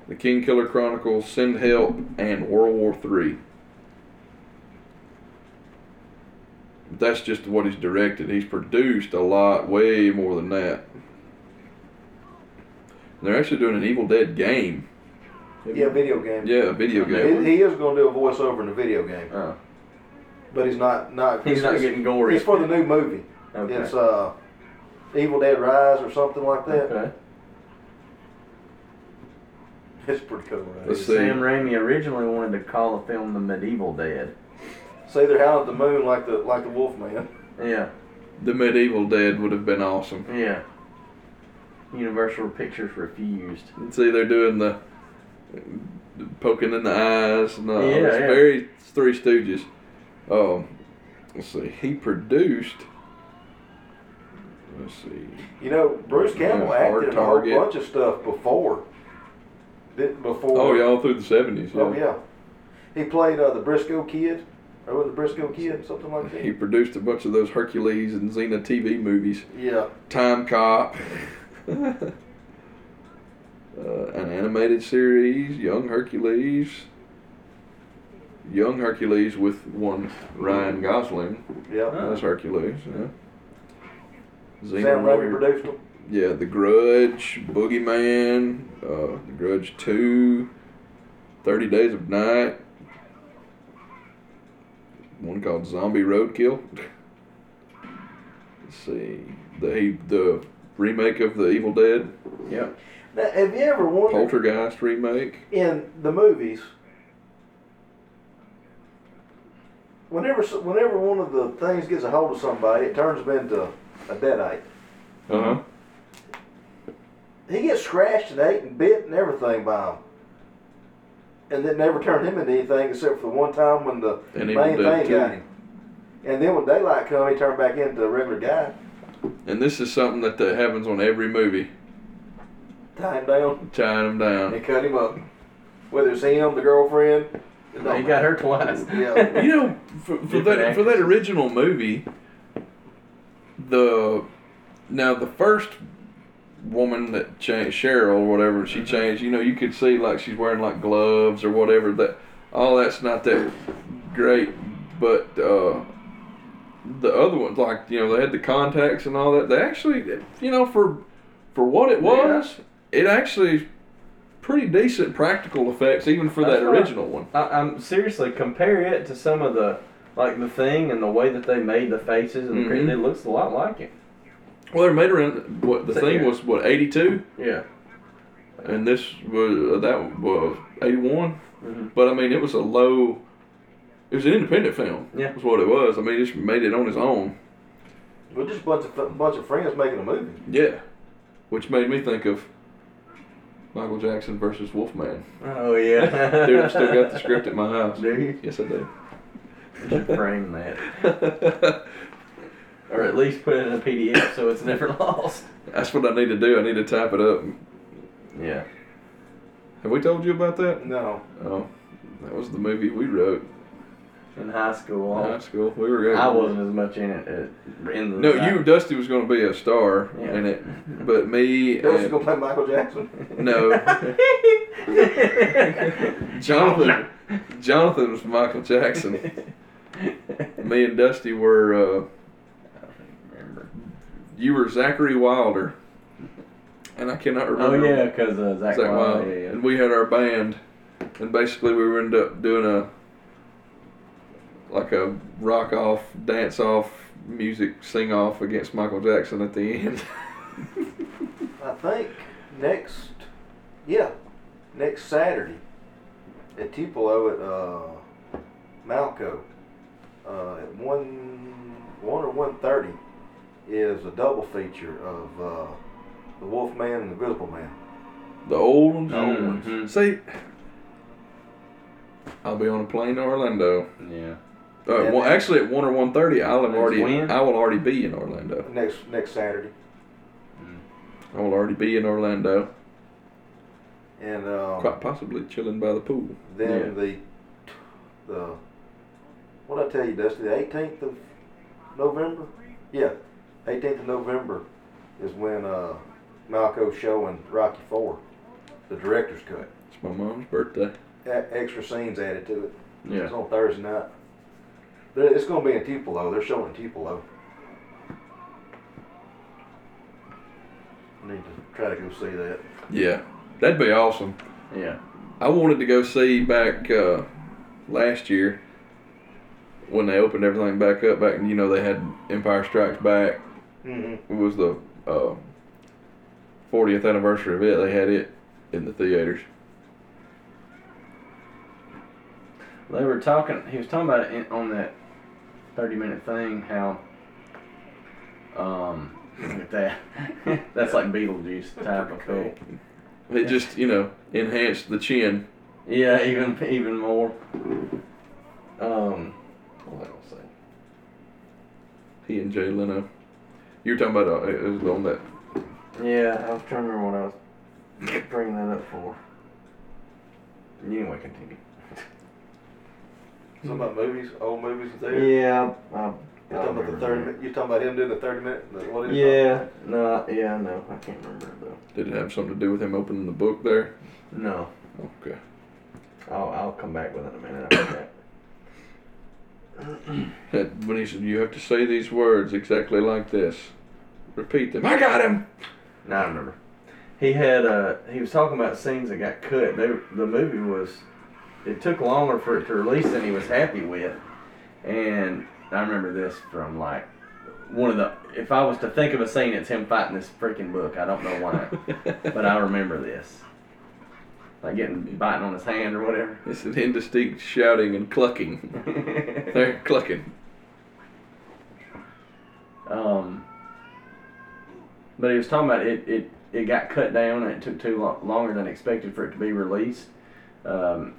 The King Killer Chronicles, Send Help, and World War Three. That's just what he's directed. He's produced a lot, way more than that. They're actually doing an Evil Dead game. yeah, video game. Yeah, a video game. He, he is going to do a voiceover in the video game, Oh. but he's not not. Uh, He's not it's- getting gory. It's for the new movie. Okay. It's uh, Evil Dead Rise or something like that. okay. It's pretty cool, right? Let's see. Sam Raimi originally wanted to call the film The Medieval Dead. Say they're howling at the moon like the like the Wolfman. Yeah, The Medieval Dead would have been awesome. yeah. Universal Pictures refused. See, they're doing the poking in the eyes and all. Yeah, it's yeah. very Three Stooges. Um, let's see. He produced. Let's see. You know, Bruce Campbell Yeah, hard acted in a whole target. bunch of stuff before. Did before? Oh, yeah, all through the seventies. Oh yeah. He played uh, the Briscoe Kid, or was it the Briscoe Kid, something like He that. produced a bunch of those Hercules and Xena TV movies. Yeah. Time Cop. uh, an animated series, Young Hercules. Young Hercules with one Ryan Gosling. Yeah. That's Hercules. Yeah. Xena Sam Raimi Warrior. produced him. Yeah, The Grudge, Boogeyman, uh, The Grudge 2, 30 Days of Night, one called Zombie Roadkill. Let's see, the, the remake of The Evil Dead, Yep. Now, have you ever wondered Poltergeist remake. in the movies? Whenever s- whenever one of the things gets a hold of somebody, it turns them into a deadite. Uh huh. He gets scratched and ate and bit and everything by them. And it never turned him into anything except for the one time when the And Evil main Dead thing too. got him. And then when daylight come, he turned back into a regular guy. And this is something that, that happens on every movie, Tie him down tying them and down. cut him up. Whether it's him, the girlfriend. it Oh, don't He got matter. her twice. Yeah. You know, for, for that for that original movie, the now the first woman that changed Cheryl or whatever she Mm-hmm. changed, you know, you could see like she's wearing like gloves or whatever. That all that's not that great, but uh, the other ones like you know they had the contacts and all that. They actually, you know, for for what it was, it actually pretty decent practical effects even for That's that right. original one. I, I'm seriously compare it to some of the like the thing and the way that they made the faces and the cre- Mhm. it looks a lot like it. Well, they made around what the So, thing yeah. was what eighty two, Yeah. and this was uh, that was eighty one. Mhm. But I mean, it was a low. It was an independent film. Yeah. was what it was. I mean, he just made it on his own. We're just a bunch of, bunch of friends making a movie. Yeah, which made me think of Michael Jackson versus Wolfman. Oh yeah. Dude, I've still got the script at my house. Do you? Yes, I do. You should frame that, or at least put it in a PDF so it's never lost. That's what I need to do. I need to type it up. Yeah. Have we told you about that? No. Oh, that was the movie we wrote In high school, in high school. We were. I wasn't as much in it. At, in the Uh-huh. No, you Dusty was going to be a star Yeah. in it, but me They was and- gonna play Michael Jackson. no, Jonathan, Jonathan was Michael Jackson. Me and Dusty were. Uh, you were Zachary Wilder, and I cannot oh remember. yeah, because uh, Zach, Zach Wilde, Wilder. Yeah, And we had our band, and basically we ended up doing a like a rock off, dance off, music sing off against Michael Jackson at the end. I think next, yeah, next Saturday at Tupelo at uh, Malco uh, at one one or one thirty is a double feature of uh, the Wolfman and the Invisible Man. The old ones. The old ones. Mhm. See, I'll be on a plane to Orlando. Yeah. Uh, Yeah, well, man. actually, at one or one thirty, I'll have That's already. when? I will already be in Orlando. Next next Saturday, I will already be in Orlando. and um, Quite possibly chilling by the pool. then the the what did I tell you, Dusty? The eighteenth of November. Yeah, eighteenth of November is when uh, Malco's showing Rocky Four, the director's cut. It's my mom's birthday. E- extra scenes added to it. It's Yeah. on Thursday night. They're, it's going to be in Tupelo. They're showing Tupelo. I need to try to go see that. Yeah. That'd be awesome. Yeah. I wanted to go see back uh, last year when they opened everything back up. Back you know they had Empire Strikes Back. Mm-hmm. It was the uh, 40th anniversary of it. They had it in the theaters. They were talking. He was talking about it in, on that thirty-minute thing. How um, look at that. That's like Beetlejuice type of cool. It just you know enhanced the chin. Yeah, even even more. Um, Well, I don't say. He and Jay Leno. You were talking about uh, it was on that. yeah, I was trying to remember what I was bringing that up for. Anyway, continue. Something about movies, old movies and things. Yeah, I, I, You're talking about the thirty. minute- You're talking about him doing the thirty minute. The, what is it? Yeah, no, yeah, no, I can't remember it though. Did it have something to do with him opening the book there? No, Okay. I'll I'll come back with it in a minute. I'll come back. That- When he said you have to say these words exactly like this, repeat them. I got him. No, I remember. He had uh he was talking about scenes that got cut. They, the movie was it took longer for it to release than he was happy with. And I remember this from like one of the if I was to think of a scene it's him fighting this freaking book. I don't know why. but I remember this. Like getting biting on his hand or whatever. It's an indistinct shouting and clucking. They're clucking. Um, but he was talking about it, it, it got cut down and it took too long, longer than expected for it to be released. Um,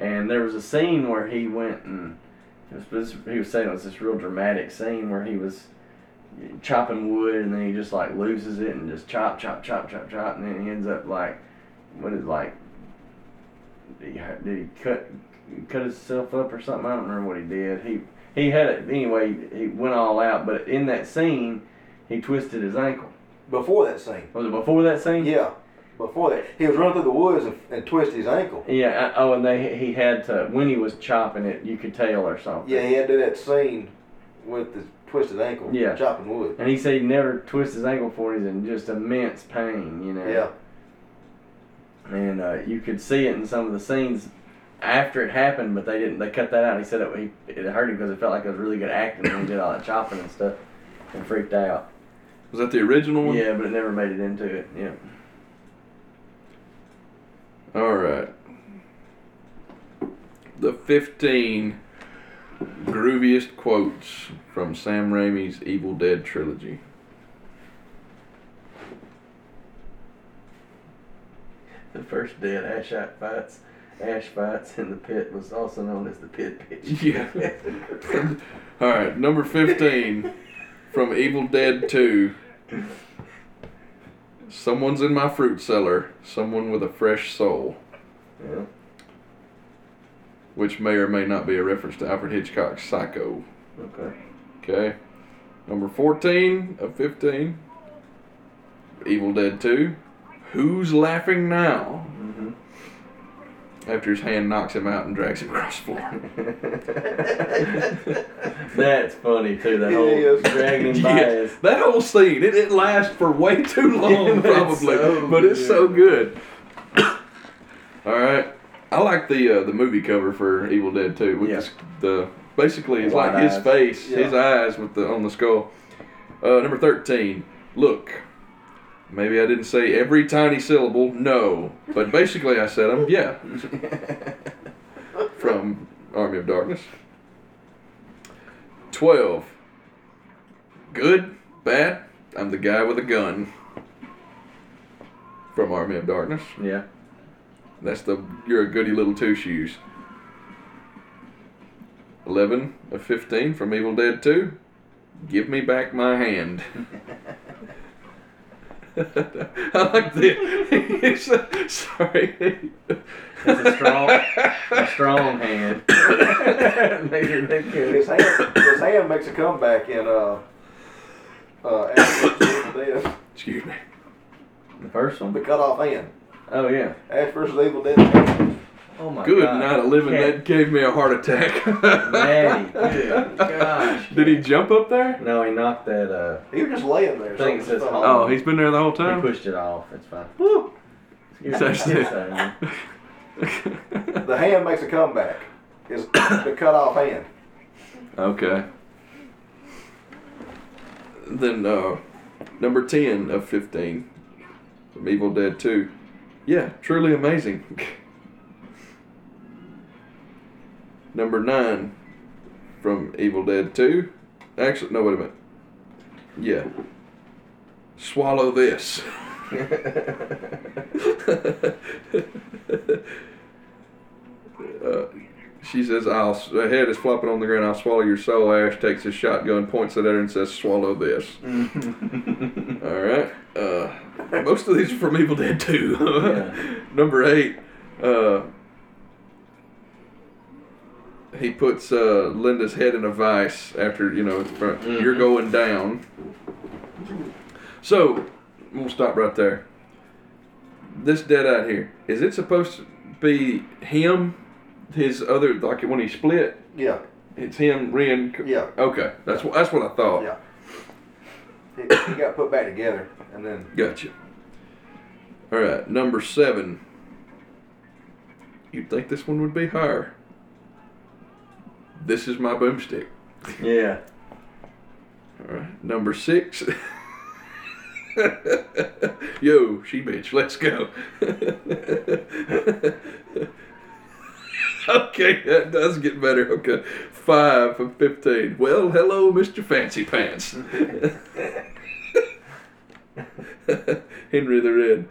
and there was a scene where he went and it was, this- he was saying it was this real dramatic scene where he was chopping wood and then he just like loses it and just chop, chop, chop, chop, chop. And then he ends up like, what is like, did he, did he cut, cut himself up or something? I don't remember what he did. He, he had it anyway. He went all out, but in that scene, he twisted his ankle. Before that scene. Was it before that scene? Yeah. Before that, he was running through the woods and, and twisted his ankle. Yeah. I, oh, and they he had to when he was chopping it, you could tell or something. Yeah, he had to do that scene with the twisted ankle. Yeah. Chopping wood. And he said he never twists his ankle before. and He's in just immense pain, you know. Yeah. And uh, you could see it in some of the scenes after it happened, but they didn't. They cut that out. He said it, he, it hurt him because it felt like it was really good acting when he did all that chopping and stuff, and freaked out. Was that the original Mm. one? Yeah, but it never made it into it. Yeah. All right. The 15 grooviest quotes from Sam Raimi's Evil Dead trilogy. The first dead ash out fights, ash fights in the pit was also known as the pit pitch. Yeah. All right, number 15 from Evil Dead 2. Someone's in my fruit cellar, someone with a fresh soul, Yeah. which may or may not be a reference to Alfred Hitchcock's Psycho. Okay. Okay. Number 14 of 15. Evil Dead 2. Who's laughing now? hmm After his hand knocks him out and drags him across the floor. That's funny too. That It whole is. dragging him by Yeah, his. that whole scene, it, it lasts for way too long, It's probably, so but it's so good. All right, I like the uh, the movie cover for Evil Dead 2 with Yeah. this, the basically it's White like his eyes. face, Yeah. his eyes with the on the skull. Uh, number thirteen. Look, maybe I didn't say every tiny syllable. No, but basically I said them. Yeah. From Army of Darkness. Twelve. Good, bad, I'm the guy with a gun. From Army of Darkness. Yeah. That's the you're a goody little two shoes. Eleven of fifteen from Evil Dead Two. Give me back my hand. I like the. Sorry. It's a strong, a strong hand. Make it look His good. hand, his hand makes a comeback in uh, uh, Ash versus Evil Dead, Excuse me. The first the one. cut off hand. Oh yeah. Ash versus Evil Dead. Oh my Good God. night, eleven. Cat- That gave me a heart attack. Daddy, good gosh. Did he jump up there? No, he knocked that. Uh, He was just laying there. I think it says something. Hollow. Oh, he's been there the whole he time. pushed it off. It's fine. Woo. Excuse So me. she- It's fine. The hand makes a comeback. Is the cut off hand. Okay. Then uh, number ten of fifteen from Evil Dead Two. Yeah, truly amazing. number nine from Evil Dead Two. Actually, no, wait a minute. Yeah. Swallow this. Uh, she says, "I'll." Her head is flopping on the ground. I'll swallow your soul. Ash takes his shotgun, points it at her, and says, "Swallow this." All right. Uh, most of these are from Evil Dead Two. Yeah. Number eight. Uh, he puts uh, Linda's head in a vice after you know uh, you're going down. So we'll stop right there. This dead out here is it supposed to be him? His other like when he split, Yeah, it's him reinc. Yeah. Okay, that's what that's what I thought. yeah. He, he got put back together, and then Gotcha. All right, number seven. You'd think this one would be higher. This is my boomstick. yeah. All right, number six. Yo, she bitch, let's go. okay, that does get better. Okay, five of fifteen. Well, hello, Mr. Fancy Pants. Henry the Red.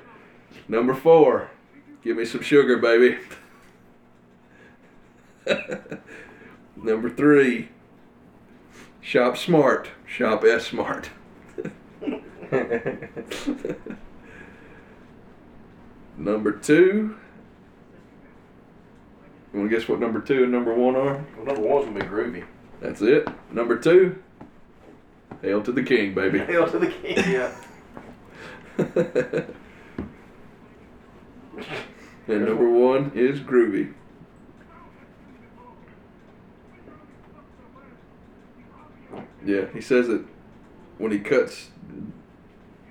Number four. Give me some sugar, baby. Number three. Shop smart. Shop S smart. number two. You want to guess what number two and number one are? well, number one's gonna be groovy. That's it. Number two. Hail to the king, baby. Hell to the king. Yeah. and number one is groovy. Yeah, he says that when he cuts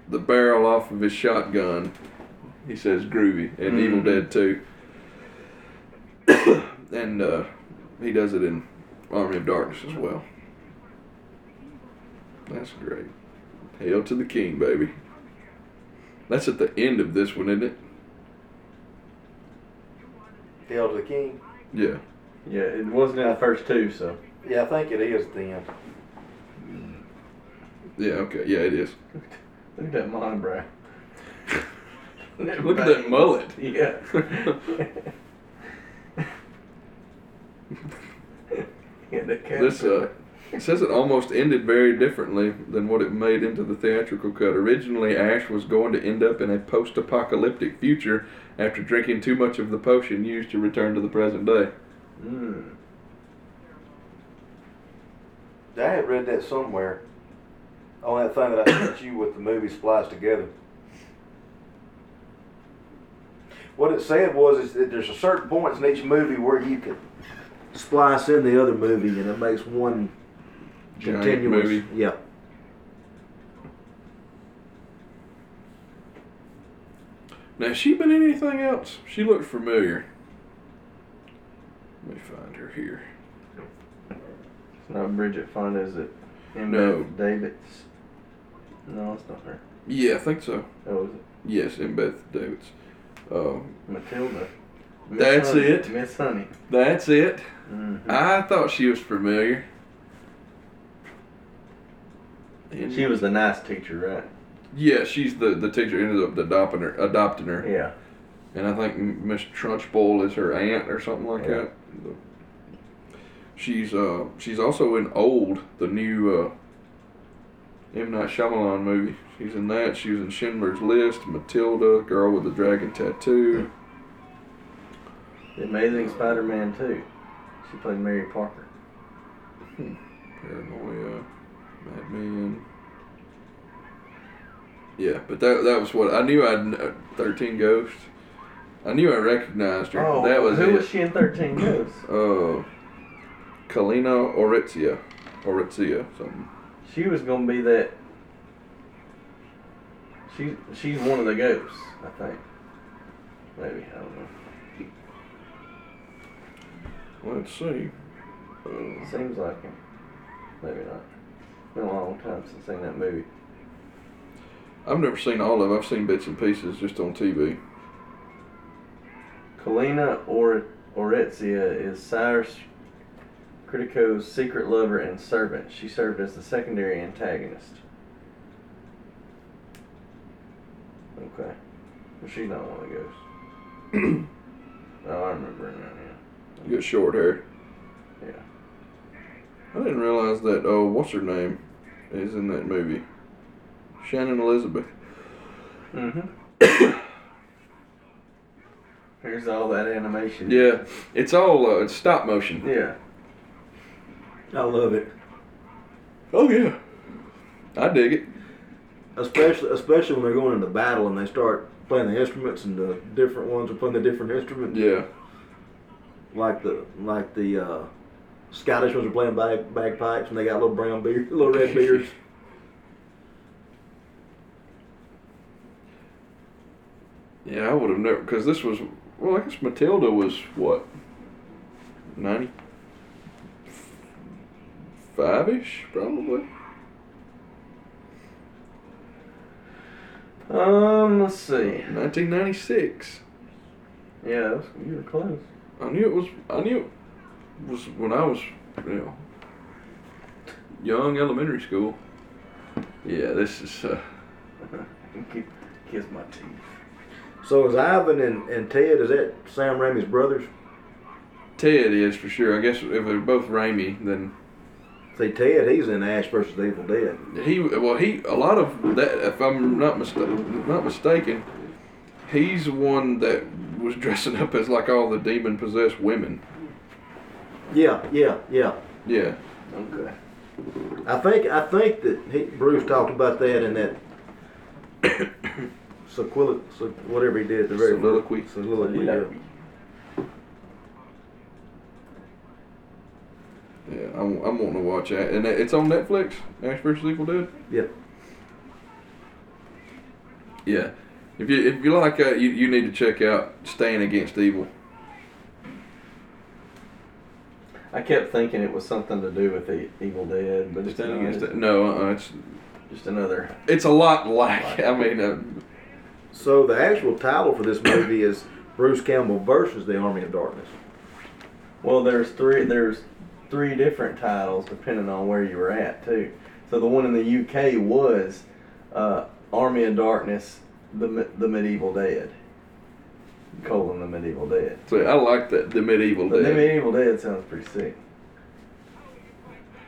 the barrel off of his shotgun, he says groovy and Evil Dead too. and uh, he does it in Army of Darkness as well. That's great. Hail to the king, baby. That's at the end of this one, isn't it? Hell to the king. Yeah. Yeah. It wasn't in the first two, so. Yeah, I think it is at the end. Yeah, okay. Yeah, it is. Look at that monobrow. Look at that mullet. Yeah. yeah that cat- This uh it says it almost ended very differently than what it made into the theatrical cut. Originally, Ash was going to end up in a post-apocalyptic future after drinking too much of the potion used to return to the present day. Mm. I had read that somewhere on that thing that I sent you with the movie spliced together. What it said was is that there's a certain points in each movie where you could Splice in the other movie, and it makes one Giant continuous. movie. Yeah. Now, has she been in anything else? She looked familiar. Let me find her here. It's not Bridget Fonda, is it? Emma No. Davids. No, it's not her. Yeah, I think so. Oh, is it Yes, in Beth Davids. Um, Matilda? Miss That's Honey. it. Miss Honey. that's it. Mhm. I thought she was familiar. She was the nice teacher, Yeah, she's the, the teacher ended up adopting her, adopting her, right? Yeah. and I think M- Miss Trunchbull is her aunt or something like Yeah. that. She's uh she's also in Old, the new uh, M Night Shyamalan movie. She's in that. She was in Schindler's List, Matilda, Girl with the Dragon Tattoo. The Amazing Spider-Man 2. She played Mary Parker. Paranoia, Madman. Yeah, but that that was what I knew. I'd kn- uh, thirteen Ghosts. I knew I recognized her. that was Oh, who it. was she in 13 Ghosts? Uh, Kalina Oritzia, Oritzia, something. She was gonna be that. She she's one of the ghosts, I think. Maybe I don't know. Let's see. Uh, Seems like it. Maybe not. Been a long time since I've seen that movie. I've never seen all of. it. I've seen bits and pieces just on TV. Kalina or Oretzia is Cyrus Critico's secret lover and servant. She served as the secondary antagonist. Okay. Well, she's not one of the ghosts. oh, I remember her now, yeah. You got short hair. Yeah. I didn't realize that. Oh, what's her name? Is in that movie. Shannon Elizabeth. Mm-hmm. Here's all that animation. Yeah, it's all uh, it's stop motion. Yeah. I love it, Oh yeah, I dig it. especially especially when they're going into battle and they start playing the instruments and the different ones are playing the different instruments. Yeah, Like the like the uh, Scottish ones are playing bag, bagpipes and they got little brown beard, little red beards. yeah. I would have never because this was well. I guess Matilda was what ninety five ish probably. Um, let's see. Nineteen ninety six. Yeah, that was, you were close. I knew it was. I knew it was when I was you know young elementary school. Yeah, this is. Uh, Ki- Kiss my teeth. so is Ivan and, and Ted? Is that Sam Raimi's brothers? Ted is for sure. I guess if they're both Raimi, then See Ted, he's in Ash versus Evil Dead. He well, he a lot of that. If I'm not mistaken, not mistaken, he's one that was dressing up as like all the demon possessed women. Yeah, yeah, yeah. Yeah, Okay. I think I think that he, Bruce talked about that in that sequil, so whatever he did, the very Soliloquy. Soliloquy. yeah. yeah. I'm, I'm wanting to watch that, and it's on Netflix. Ash vs Evil Dead. Yeah. Yeah, if you if you like, uh, you you need to check out Stand Against Evil. I kept thinking it was something to do with the Evil Dead, but it's not. It's No, uh, it's just another. it's a lot like. I mean, uh, So the actual title for this movie is Bruce Campbell versus the Army of Darkness. Well, there's three. There's three different titles depending on where you were at too. So the one in the UK was uh, Army of Darkness, the Me- the Medieval Dead. Colon the Medieval Dead. so I like that the medieval But dead. the Medieval Dead sounds pretty sick.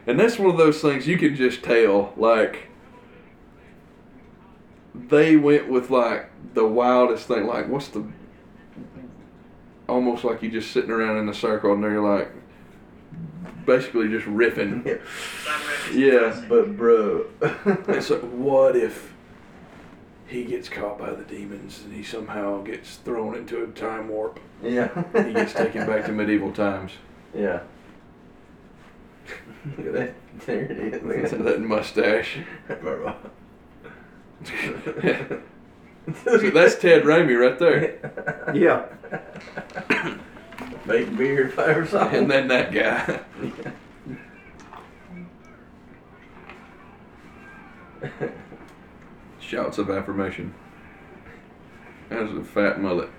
And that's one of those things you can just tell, like they went with like the wildest thing. Like what's the almost like you just sitting around in a circle and they're like basically just riffing. Yeah. But bro, It's like what if he gets caught by the demons and he somehow gets thrown into a time warp yeah, and he gets taken back to medieval times. Yeah. Look at that. There it is. Look at that mustache. that. That's Ted Raimi right there. Yeah. Baked beer if I ever saw and then that guy. Shouts of affirmation. That's a fat mullet.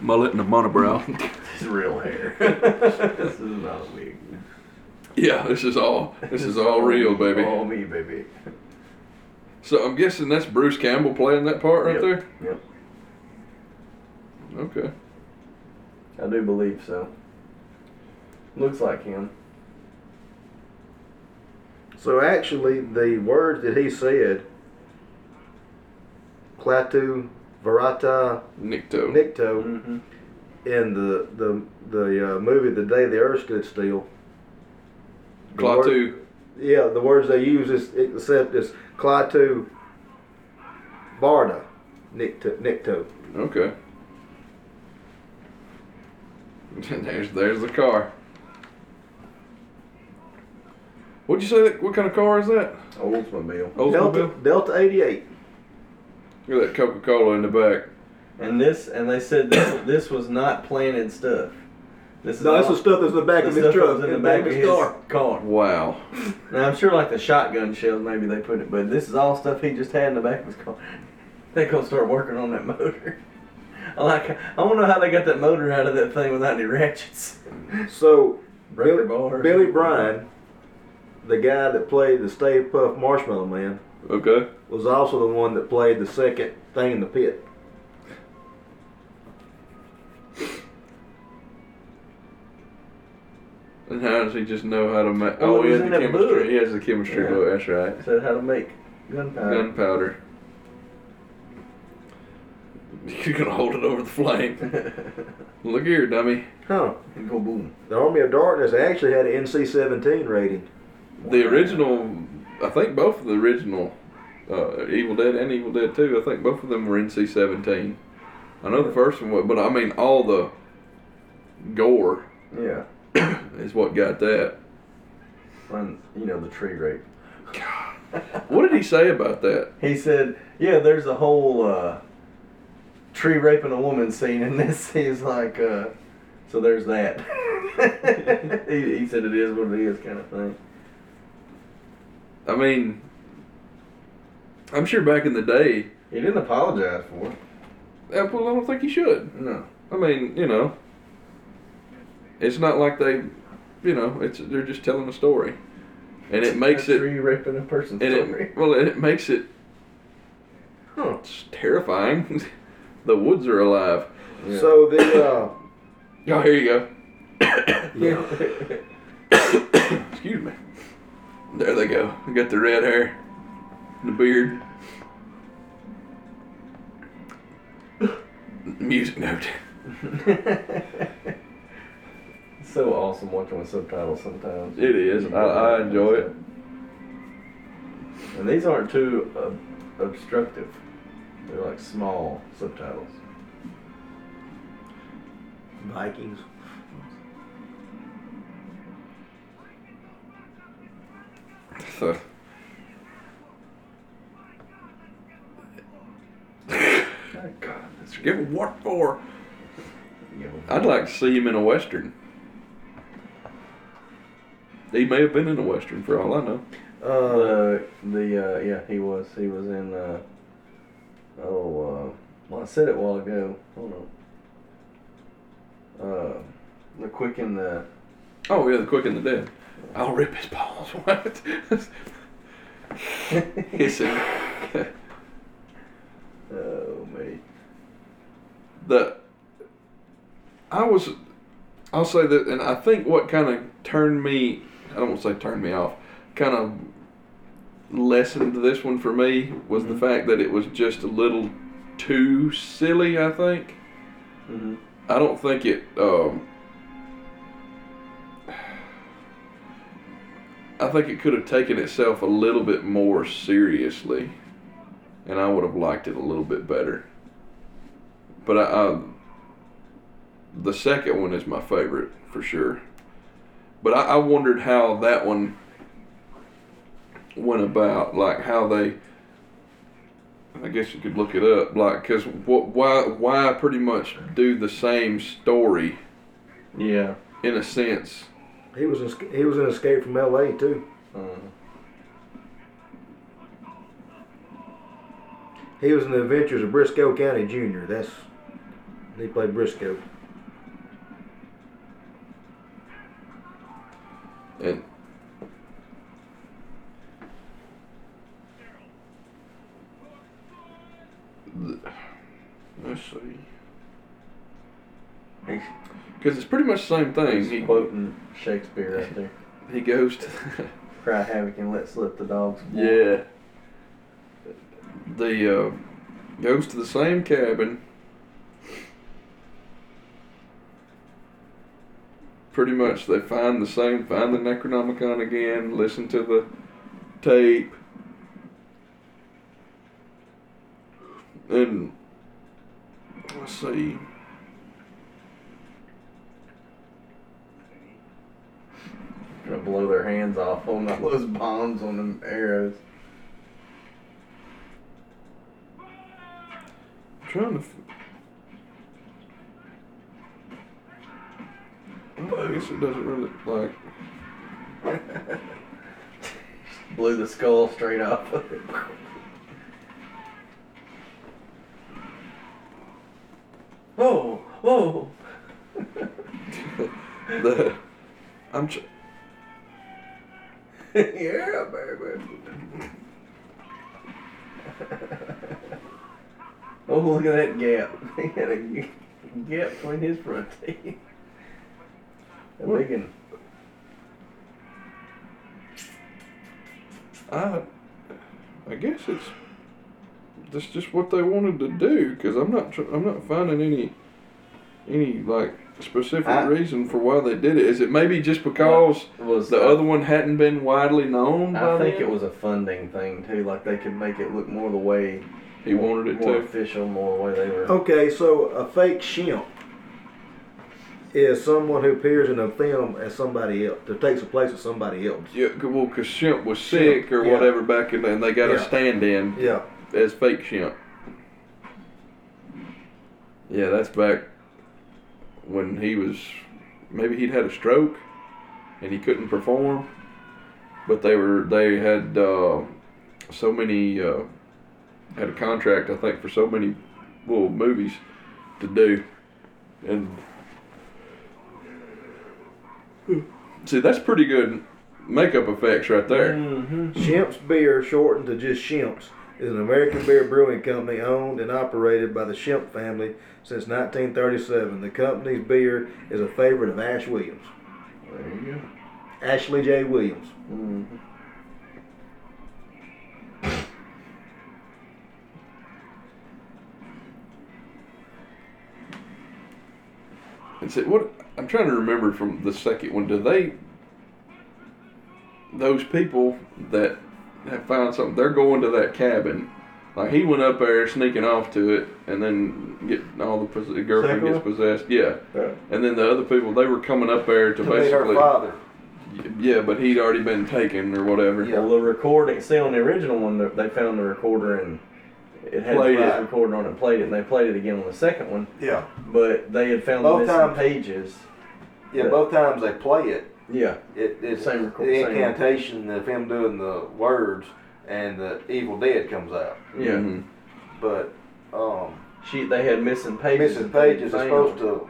Mullet and a monobrow. It's real hair. this is not a wig. Yeah, this is all this is all real, baby. All me, baby. So I'm guessing that's Bruce Campbell playing that part right Yep, there. Yep. Okay. I do believe so. Looks like him. So actually, the words that he said, Clatu Verata Nikto. Nicto, Mm-hmm. in the the the uh, movie The Day the Earth Stood Still. the word- Klaatu. Yeah, the words they use is except is Klaatu Barda Nicto. Nicto. Okay. there's there's the car. What'd you say? That, what kind of car is that? Oldsmobile. Delta, Oldsmobile. Delta 88. Look at that Coca Cola in the back. And this, and they said this, this was not planted stuff. This is No, this all- is stuff that's in the back the of his stuff that truck. was in the back of his his car. car. Wow. Now I'm sure like the shotgun shells, maybe they put it, but this is all stuff he just had in the back of his car. They gonna start working on that motor. I like, I don't know how they got that motor out of that thing without any ratchets. So Breaker Billy, bars. Billy Bryan, the guy that played the Stay Puff Marshmallow Man, Okay. was also the one that played the second thing in the pit. And how does he just know how to make? Well, oh, he it was has in the that chemistry. book. He has the chemistry Yeah. Uh. book. That's right. Said how to make gunpowder. Gunpowder. You're gonna hold it over the flame. Look here, dummy. Huh. and go boom. The Army of Darkness actually had an NC-17 rating. The original, I think both of the original, uh, Evil Dead and Evil Dead 2, I think both of them were NC-17. I know the first one was, but I mean all the gore Yeah. is what got that. And you know the tree rape. What did he say about that? He said, "Yeah, there's a whole uh, tree raping a woman scene in this." He's like, uh, "So there's that." he, he said, "It is what it is," kind of thing. I mean, I'm sure back in the day, He didn't apologize for it. Apple, I don't think he should. No. I mean, you know, it's not like they, you know, it's they're just telling a story, and it makes a it tree raping a person and story. it well it makes it Huh. it's terrifying. the woods are alive. Yeah. So the uh, Oh, here you go. yeah. Excuse me. There they go. They got the red hair, the beard. Music note. It's so awesome watching with subtitles sometimes. It is. I, I enjoy it. And these aren't too uh, obstructive. They're like small subtitles. Vikings. So. God, that's give him what for? Uh, You know, I'd like to see him in a western. He may have been in a western for all I know. Uh, Uh, the uh, yeah, he was. He was in. Uh, oh, uh, well, I said it a while ago. Hold on. Uh, the quick and the Oh yeah, the Quick and the Dead. I'll rip his balls. What? he said oh mate. the. I was. I'll say that, and I think what kind of turned me. I don't want to say turned me off. Kind of lessened this one for me was the fact that it was just a little too silly. I think. Mm-hmm. I don't think it. Um, I think it could have taken itself a little bit more seriously, and I would have liked it a little bit better. But I, I the second one is my favorite for sure. But I, I wondered how that one went about, like how they. I guess you could look it up, like, cause what, why, why pretty much do the same story Yeah. in a sense? he was in, Esca- he was in Escape from L.A. too. Uh, He was in the Adventures of Briscoe County Jr. That's he played Briscoe. And He's, Because it's pretty much the same thing. he's He, quoting Shakespeare right there. he goes to. Cry havoc and let slip the dogs. yeah. The. Uh, goes to the same cabin. Pretty much they find the same. Find the Necronomicon again, listen to the tape. And. Let's see. Gonna blow their hands off on all those bombs on them arrows. trying to. F- Well, I guess it doesn't really like. Blew the skull straight off. of it. whoa, whoa. The, I'm. Tr- yeah, baby. oh, look at that gap. He had a g- gap between his front teeth. A big one. I. I guess it's. That's just what they wanted to do, because I'm not. Tr- I'm not finding any. Any like specific I- reason for why they did it. Is it maybe just because Was the other one hadn't been widely known? By I think then? it was a funding thing too. Like they could make it look more the way He wanted it more to. official, more the way they Oh. were. Okay, so a fake shimp is someone who appears in a film as somebody else, that takes the place of somebody else. Yeah, c- well, because Shemp was sick or yeah. whatever back in, and they got Yeah. a stand-in Yeah. as fake Shemp. Yeah, that's back when he was maybe he'd had a stroke and he couldn't perform, but they were they had uh, so many uh, had a contract I think for so many little movies to do, and see that's pretty good makeup effects right there. Shimp's Beer, shortened to just Shimp's, is an American beer brewing company owned and operated by the Shimp family since 1937. The company's beer is a favorite of Ash Williams, There you go. Ashley J. Williams. Mhm. And said, what I'm trying to remember from the second one, do they those people that have found something, they're going to that cabin. Like he went up there sneaking off to it and then get all the, pos- the girlfriend Second gets possessed. Yeah. Yeah. And then the other people they were coming up there to, To meet her basically father. Yeah, but he'd already been taken or whatever. Yeah. Well, the recording. See, on the original one, they- they found the recorder and it had Played the it. recorder on it, played it, and they played it again on the second one. Yeah. But they had found Both the missing times. pages. Yeah, both times they play it, Yeah. it it's Same the record- same- incantation of him doing the words and the evil dead comes out. Yeah. Mhm. But um, She, they had missing pages. missing that they pages are found. supposed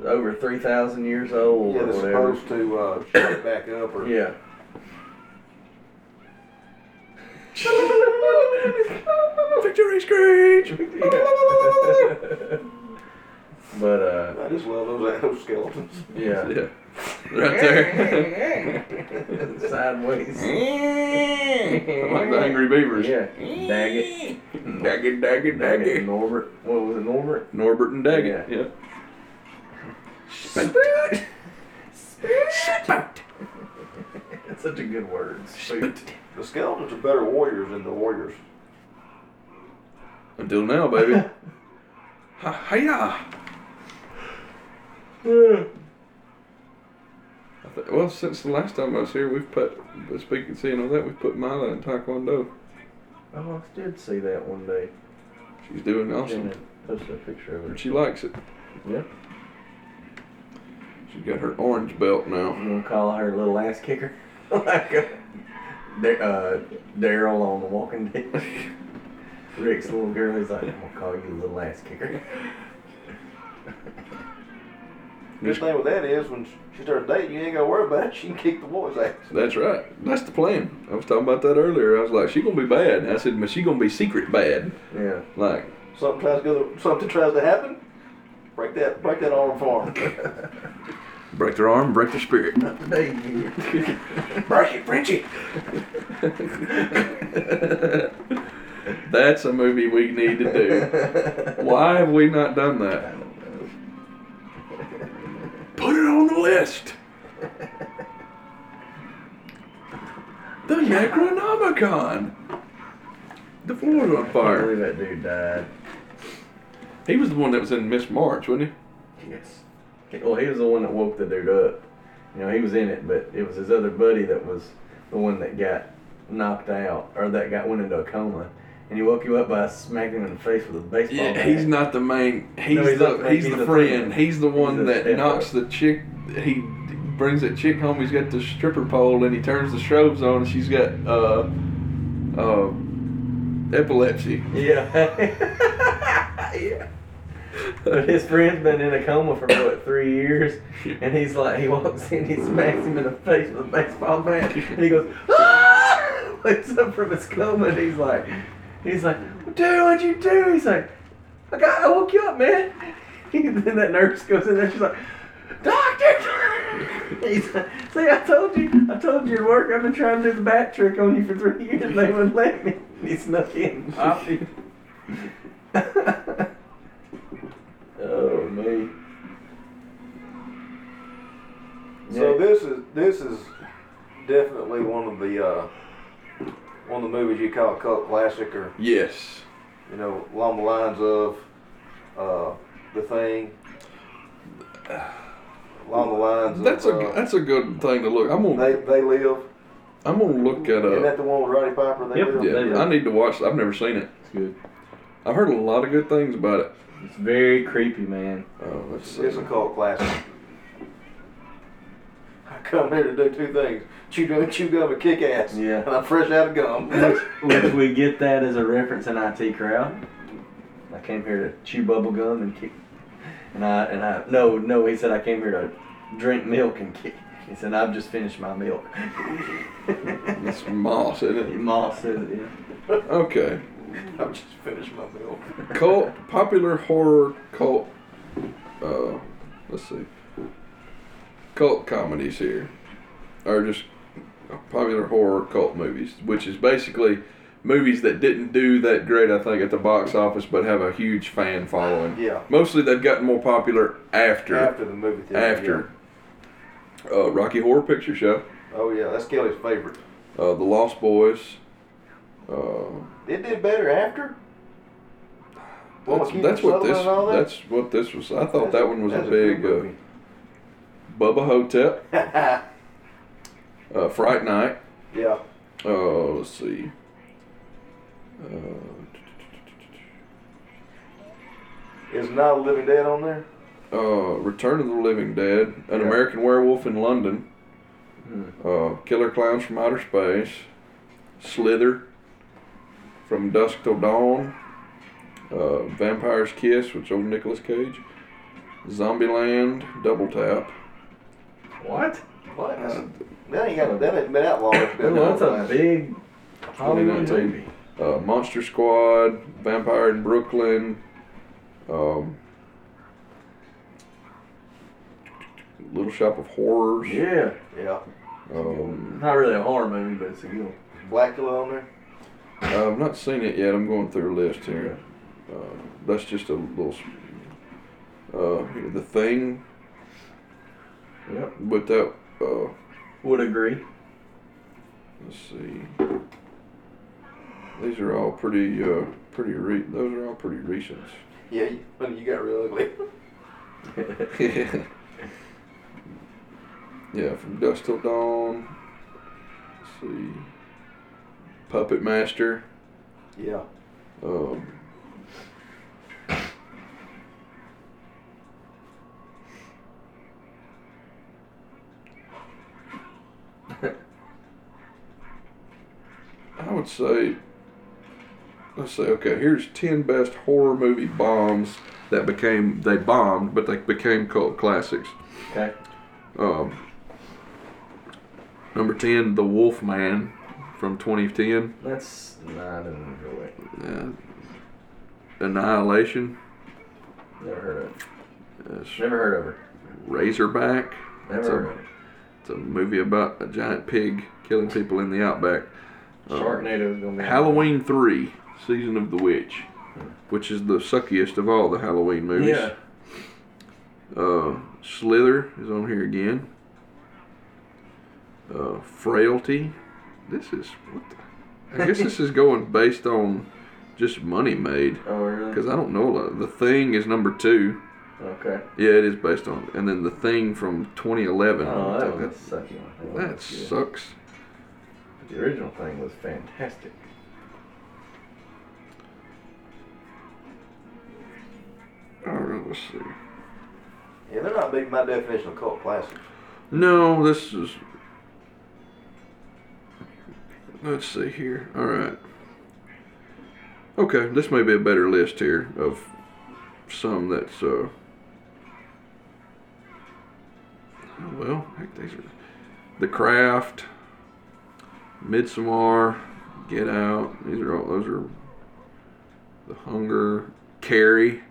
to over three thousand years old yeah or they're whatever. supposed to uh, shut it back up or Yeah. Victory screech. but uh, Might as well those exoskeletons. yeah. Yeah. Right there. Sideways. like the Angry Beavers. Yeah. Daggett. Daggett, Daggett, Daggett. Daggett. Norbert. What was it, Norbert? Norbert and Daggett. Yeah. Spout. Spout. It's such a good word. Spout. The skeletons are better warriors than the warriors. Until now, baby. Ha- Hiya. I thi- Well, since the last time I was here, we've put, speaking, seeing all that, we've put Mila in Taekwondo. Oh, I did see that one day. She's doing awesome. Janet Posted a picture of And it. she likes it. Yeah. She's got her orange belt now. I'm gonna call her little ass kicker, like uh, Da- uh, Daryl on The Walking Dead. Rick's little girl is like, I'm gonna call you little ass kicker. Good thing with that is when she starts dating, you ain't gotta worry about it. She can kick the boy's ass. That's right. That's the plan. I was talking about that earlier. I was like, she gonna be bad. I said, but she gonna be secret bad. Yeah. Like, Something tries to go, something tries to happen. Break that, break that arm for him. Break their arm, break their spirit. break it, Frenchie. That's a movie we need to do. Why have we not done that? Put it on the list. The Necronomicon. The floor's on can't fire. believe that dude died. He was the one that was in Miss March, wasn't Yes. Well, he was the one that woke the dude up. You know, he was in it, but it was his other buddy that was the one that got knocked out, or that got went into a coma, and he woke you up by smacking him in the face with a he? baseball bat. he's not the main. He's, No, he's the, not the main, he's, he's the the friend. friend. He's the one He's the that stepbrother. knocks the chick. He brings that chick home. He's got the stripper pole and he turns the strobes on. And she's got uh, uh, epilepsy. Yeah. yeah. But his friend's been in a coma for what three years, and he's like, he walks in, he smacks him in the face with a baseball bat, and he goes, ah! wakes up from his coma, and he's like, he's like, dude, what'd you do? He's like, I got, I woke you up, man. And then that nurse goes in there, she's like, doctor. He's like, see, I told you, I told you to work. I've been trying to do the bat trick on you for three years, and they wouldn't let me. He snuck in. oh me. So Yeah. this is this is definitely one of the uh, one of the movies you call a cult classic, or Yes. you know, along the lines of uh, the thing. Along the lines That's of a uh, that's a good thing to look. I'm gonna they they live. I'm gonna look at Isn't a that the one with Roddy Piper? They Yep. live. yeah. they- I need to watch. I've never seen it. It's good. I've heard a lot of good things about it. It's very creepy, man. Oh, let's see. It's a cult classic. I come here to do two things: chew gum, chew gum, and kick ass. Yeah. And I'm fresh out of gum. Which we get that as a reference in IT crowd. I came here to chew bubble gum and kick. And I and I no no he said I came here to drink milk and kick. He said I've just finished my milk. It's moss, isn't Ma says it. Yeah. it? Okay. I'm just finished my meal. Cult popular horror cult. Uh, let's see. Cult comedies here, or just popular horror cult movies, which is basically movies that didn't do that great, I think, at the box office, but have a huge fan following. Yeah. Mostly they've gotten more popular after. After the movie theater. after uh, Rocky Horror Picture Show, yeah. Oh yeah, that's Kelly's favorite. uh, The Lost Boys. Uh, It did better after. Well, that's, Keith that's what Sutherland this. and all that? That's what this was. I thought That's that one was a that's good big uh, movie. Bubba Hotep, uh, Fright Night. yeah. Uh, let's see. Uh, Is not a living dead on there? uh, Return of the Living Dead, An Yeah. American Werewolf in London, uh, Killer Clowns from Outer Space, Slither, From Dusk Till Dawn, uh, Vampire's Kiss, which old Nicolas Cage, Zombieland, Double Tap. What? What? Uh, That's- that ain't got. That ain't been out long. It's been Well, that's out a long. big Hollywood 2019. movie. uh, Monster Squad, Vampire in Brooklyn, um, Little Shop of Horrors, Yeah. Yeah. um, Not really a horror movie, but it's a good one. Blackula on there. I've not seen it yet. I'm going through a list here. Uh, that's just a little. s- Uh, the thing, Yep. but that. Uh, Would agree. let's see. These are all pretty, uh, pretty. Re- those are all pretty recent. Yeah. You, you got real ugly. yeah, from Dusk Till Dawn. Let's see. Puppet Master. Yeah. Um, I would say, let's say, okay, here's 10 best horror movie bombs that became, they bombed, but they became cult classics. Okay. Um, number 10, The Wolfman from 2010. That's. Nah, I didn't enjoy it. Uh, Annihilation. Never heard of it. It's Never heard of her. Razorback. Never It's heard a, of her. it's a movie about a giant pig killing people in the outback. Oh. Uh, Sharknado is gonna be. Halloween 3, Season of the Witch, which is the suckiest of all the Halloween movies. Yeah. Uh, Slither is on here again. Uh, Frailty. This is what the, I guess this is going based on just money made Oh really? because I don't know a lot. The Thing is number two. Okay. Yeah, it is based on. And then The Thing from 2011. Oh, I that think was a sucky one. that, that was good. sucks. The original thing was fantastic. All right, let's see. Yeah, they're not big my definition of cult classics. No, this is. Let's see here. All right. Okay, this may be a better list here of some that's. Uh, oh, well, heck, these are. The Craft, Midsommar, Get Out. These are all. Those are. The Hunger, Carrie.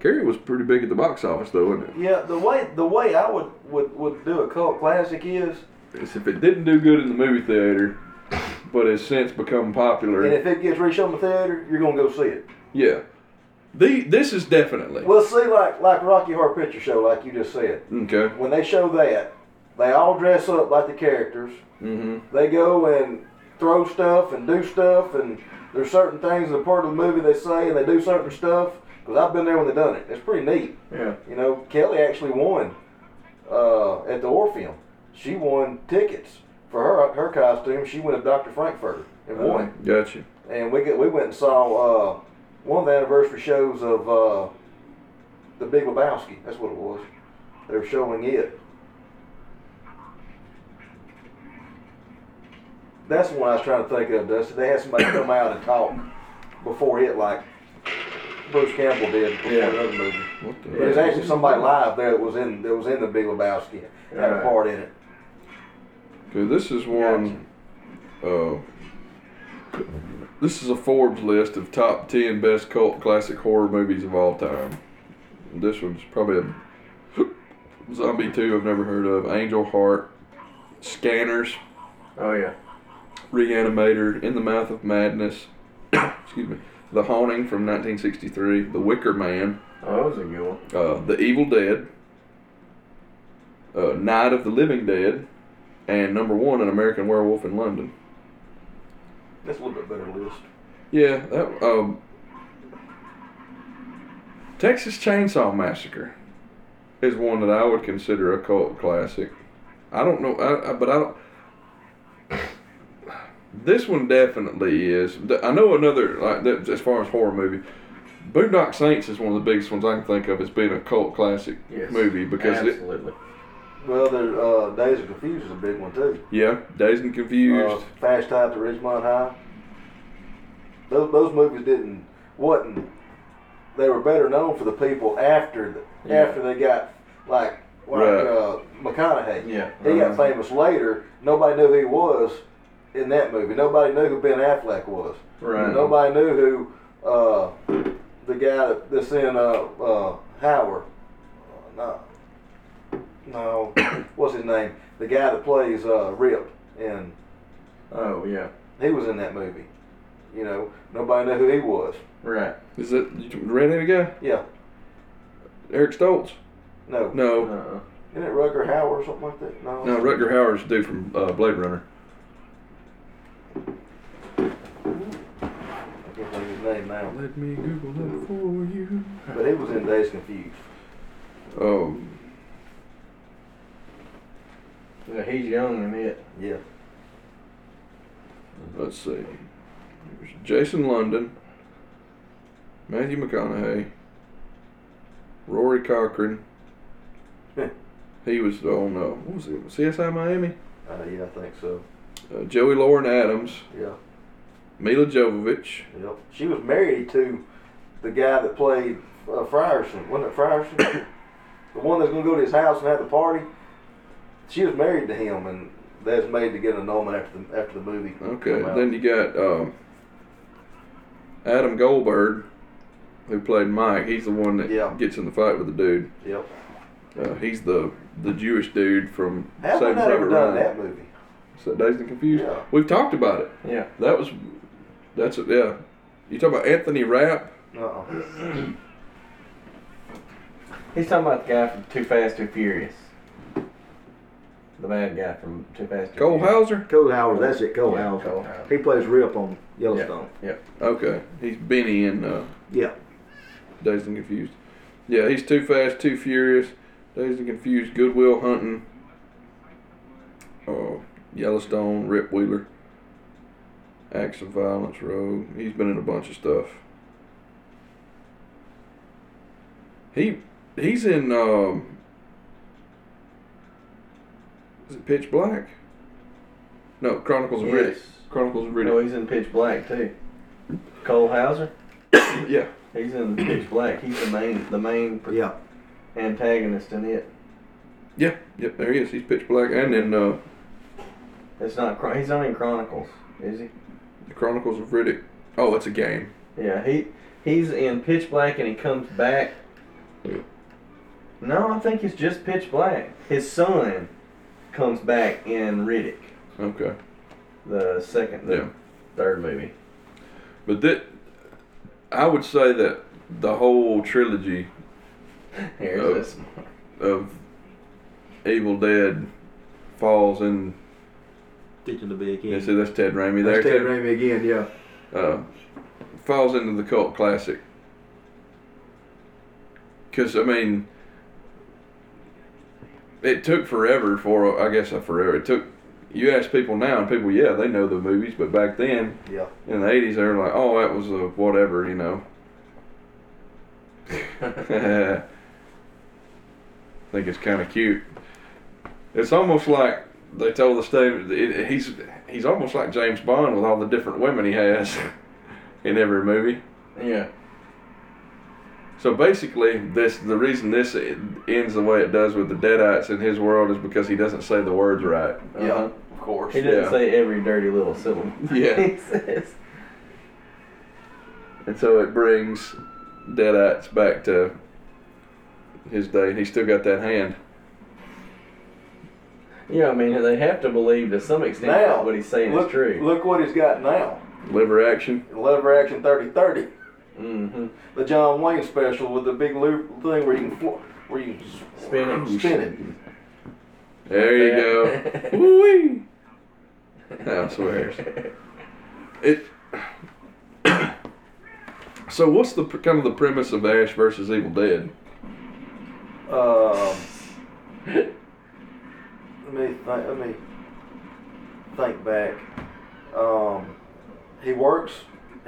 Carrie was pretty big at the box office, though, wasn't it? Yeah, the way the way I would, would, would do a cult classic is, It's if it didn't do good in the movie theater, but has since become and popular. if it gets reshown in the theater, you're gonna go see it. Yeah. The, this is definitely. Well, see, like like Rocky Horror Picture Show, like you just said, Okay. when they show that, they all dress up like the characters. Mm-hmm. They go and throw stuff and do stuff, and there's certain things in the part of the movie they say, and they do certain stuff. Because I've been there when they done it. It's pretty neat. Yeah. You know, Kelly actually won uh, at the Orpheum. She won tickets for her her costume. She went as Dr. Frankfurter and won. Gotcha. And we get, we went and saw uh, one of the anniversary shows of uh, the Big Lebowski. That's what it was. They were showing it. That's the one I was trying to think of, Dusty. They had somebody come out and talk before it, like Bruce Campbell did before Yeah. another movie. What the But There's actually somebody live there that was in that was in the Big Lebowski had a Right. part in it. Okay, this is one. Uh, this is a Forbes list of top ten best cult classic horror movies of all time. This one's probably a Zombie Two. I've never heard of Angel Heart, Scanners, Oh yeah. Reanimator, In the Mouth of Madness, excuse me, The Haunting from 1963, The Wicker Man, Oh, that was a good one. uh, The Evil Dead, uh, Night of the Living Dead, and number one, An American Werewolf in London. That's a little bit better list. Yeah, that um, Texas Chainsaw Massacre is one that I would consider a cult classic. I don't know, I, I, but I don't. This one definitely is. Th- I know another like that, as far as horror movie. Boondock Saints is one of the biggest ones I can think of as being a cult classic Yes. movie because it, absolutely. Well, there, uh, Days of Confused is a big one too. yeah, Dazed and Confused. Uh, Fast Time to Ridgemont High. Those, those movies didn't wasn't they were better known for the people after the, Yeah. after they got like like Right. uh, McConaughey. Yeah. Uh-huh. He got Mhm. famous later. Nobody knew who he was in that movie. Nobody knew who Ben Affleck was. Right. Nobody knew who uh, the guy that, that's in uh, uh, Howard. Uh, no, no. What's his name? The guy that plays uh, Rip in Oh yeah. he was in that movie. You know, nobody knew who he was. Right. is that you redheaded guy? Yeah, Eric Stoltz? no. No, no, Uh-uh. Isn't it Rutger Hauer or something like that? No. Rutger Hauer's dude from uh, Blade Runner. I can't think of his name now. Let me Google that for you. But he was in Days Confused. Um, Yeah, he's young in it. Yeah. let's see. There's Jason London, Matthew McConaughey, Rory Cochrane. he was on uh, what was it? CSI Miami. Uh, yeah, I think so. Uh, Joey Lauren Adams, Yeah. Mila Jovovich. Yep. She was married to the guy that played uh, Frierson. Wasn't it Frierson? the one that's going to go to his house and have the party. She was married to him, and that's made to get an annulment after the, after the movie. Okay, come out. then you got um, Adam Goldberg, who played Mike, he's the one that Yeah. gets in the fight with the dude. Yep. Uh, he's the the Jewish dude from Have we Saving not ever Private done Ryan. that movie? So Dazed and Confused. Yeah. We've talked about it. Yeah. That was that's a, yeah. You talk about Anthony Rapp. Uh-uh. He's talking about the guy from Too Fast Too Furious. The bad guy from Too Fast Too Cole Furious. Hauser? Cole Howard, that's it, Cole Yeah, Howard. Cole Hauser. He plays Rip on Yellowstone. Yeah. Okay. He's Benny in uh, Yeah. Dazed and Confused. Yeah, he's too fast, too furious. Dazed and Confused, Goodwill Hunting, uh, Yellowstone, Rip Wheeler, Acts of Violence, Rogue. He's been in a bunch of stuff. He he's in um, is it Pitch Black? No, Chronicles of Riddick. Yes. Chronicles of No, Riddick. he's in Pitch Black too. Cole Hauser. Yeah, He's in Pitch Black. He's the main the main pr- Yeah. antagonist in it. yeah, yep. There he is. He's Pitch Black, and then uh, It's not. Chron- He's not in Chronicles, is he? the Chronicles of Riddick. Oh, it's a game. Yeah. He he's in Pitch Black and he comes back. No, I think it's just Pitch Black. His son comes back in Riddick, Okay. the second, the Yeah. third movie. But that, I would say that the whole trilogy Here's Oh. this. of Evil Dead falls in. Teaching to be a Yeah, kid. see, that's Ted Raimi there. That's Ted too. Raimi again, yeah. Uh, falls into the cult classic. Because, I mean, it took forever for, I guess, not forever. It took, you ask people now, and people, yeah, they know the movies, but back then, Yeah. in the 80s, they were like, oh, that was a whatever, you know. I think it's kind of cute. It's almost like they told the state it, he's he's almost like James Bond with all the different women he has in every movie. Yeah. So basically, this the reason this ends the way it does with the Deadites in his world is because he doesn't say the words right. Yeah. Uh-huh. Of course. He doesn't Yeah. say every dirty little syllable. Yeah. he says. And so it brings Deadites back to his day, and he's still got that hand. Yeah, I mean, they have to believe to some extent Now, that what he's saying look, is true. Look what he's got now. Liver action. Lever action 30-30. Mm-hmm. The John Wayne special with the big loop thing where you can fl- where you can Spin it. spin it. There you Yeah. go. Woo-wee. I swear. It. so what's the pr- kind of the premise of Ash versus Evil Dead? Um, let me think, let me think back. Um, he works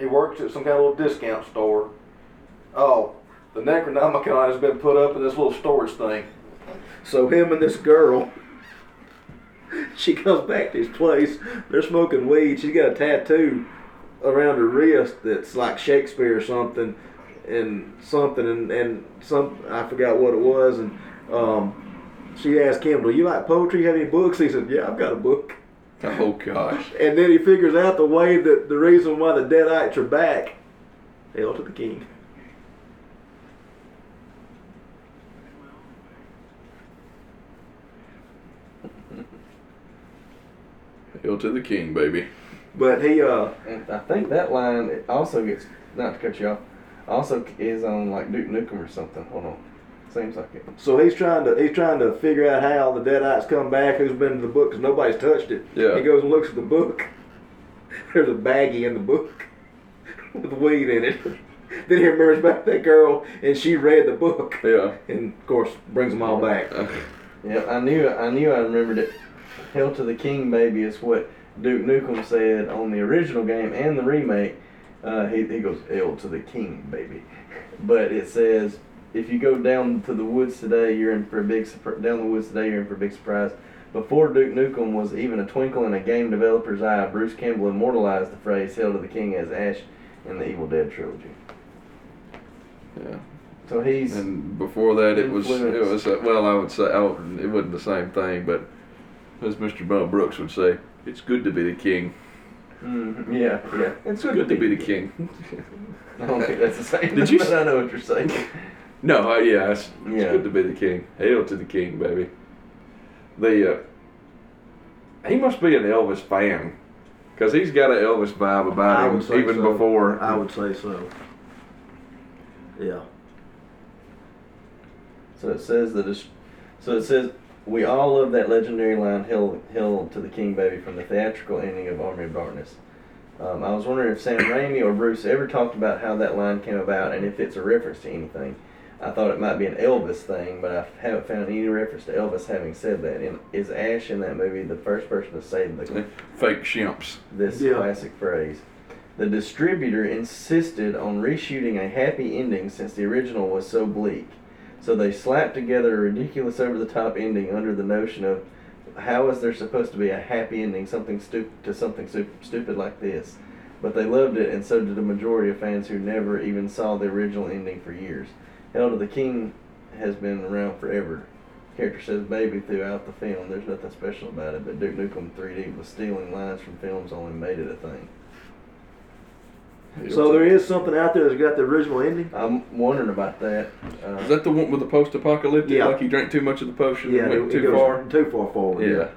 he works at some kind of little discount store. Oh, the Necronomicon has been put up in this little storage thing. So him and this girl, she comes back to his place. They're smoking weed. She's got a tattoo around her wrist that's like Shakespeare or something, and something and and some I forgot what it was. And um, she asked him, "Do you like poetry? You have any books?" He said, "Yeah, I've got a book." Oh gosh. And then he figures out the way that the reason why the Deadites are back. Hail to the king. Hail to the king, baby. But he uh. And I think that line it also gets, not to cut you off, also is on like Duke Nukem or something. Hold on. Seems like it. So he's trying to he's trying to figure out how the Deadites come back. Who's been to the book? Cause nobody's touched it. Yeah. He goes and looks at the book. There's a baggie in the book with weed in it. then he remembers back that girl, and she read the book, Yeah. and of course brings them all back. Yeah, I knew I knew I remembered it. Hell to the King Baby is what Duke Nukem said on the original game and the remake. Uh, he, he goes, L to the King Baby. But it says, if you go down to the woods today, you're in for a big surpri- down the woods today, you're in for a big surprise. Before Duke Nukem was even a twinkle in a game developer's eye, Bruce Campbell immortalized the phrase "Hell to the King" as Ash in the Evil Dead trilogy. Yeah. So he's And before that, it was it Influence. was uh, well, I would say I would, it wasn't the same thing, but as Mr. Bob Brooks would say, it's good to be the king. Mm, yeah, yeah. It's good, to be the king. I don't think that's the same. Did you But I know what you're saying. No, uh, yeah, it's, it's Yeah. good to be the king. Hail to the king, baby. The uh, he must be an Elvis fan, cause he's got an Elvis vibe about I him, would say even so. before. I would say so. Yeah. So it says that it's, so it says we all love that legendary line "Hail, hail to the King, baby" from the theatrical ending of Army of Darkness. Um, I was wondering if Sam Raimi or Bruce ever talked about how that line came about and if it's a reference to anything. I thought it might be an Elvis thing, but I haven't found any reference to Elvis having said that. And is Ash in that movie the first person to say the, Fake shimps. this Yeah. classic phrase? The distributor insisted on reshooting a happy ending since the original was so bleak. So they slapped together a ridiculous over the top ending under the notion of how is there supposed to be a happy ending something stupid to something stu- stupid like this? But they loved it, and so did a majority of fans who never even saw the original ending for years. Hell to the King has been around forever. Character says baby throughout the film. There's nothing special about it, but Duke Nukem 3D was stealing lines from films only made it a thing. So there is something out there that's got the original ending. I'm wondering about that. Is Uh, that the one with the post-apocalyptic? Yeah. Like he drank too much of the potion and went it too goes far. Too far forward. Yeah.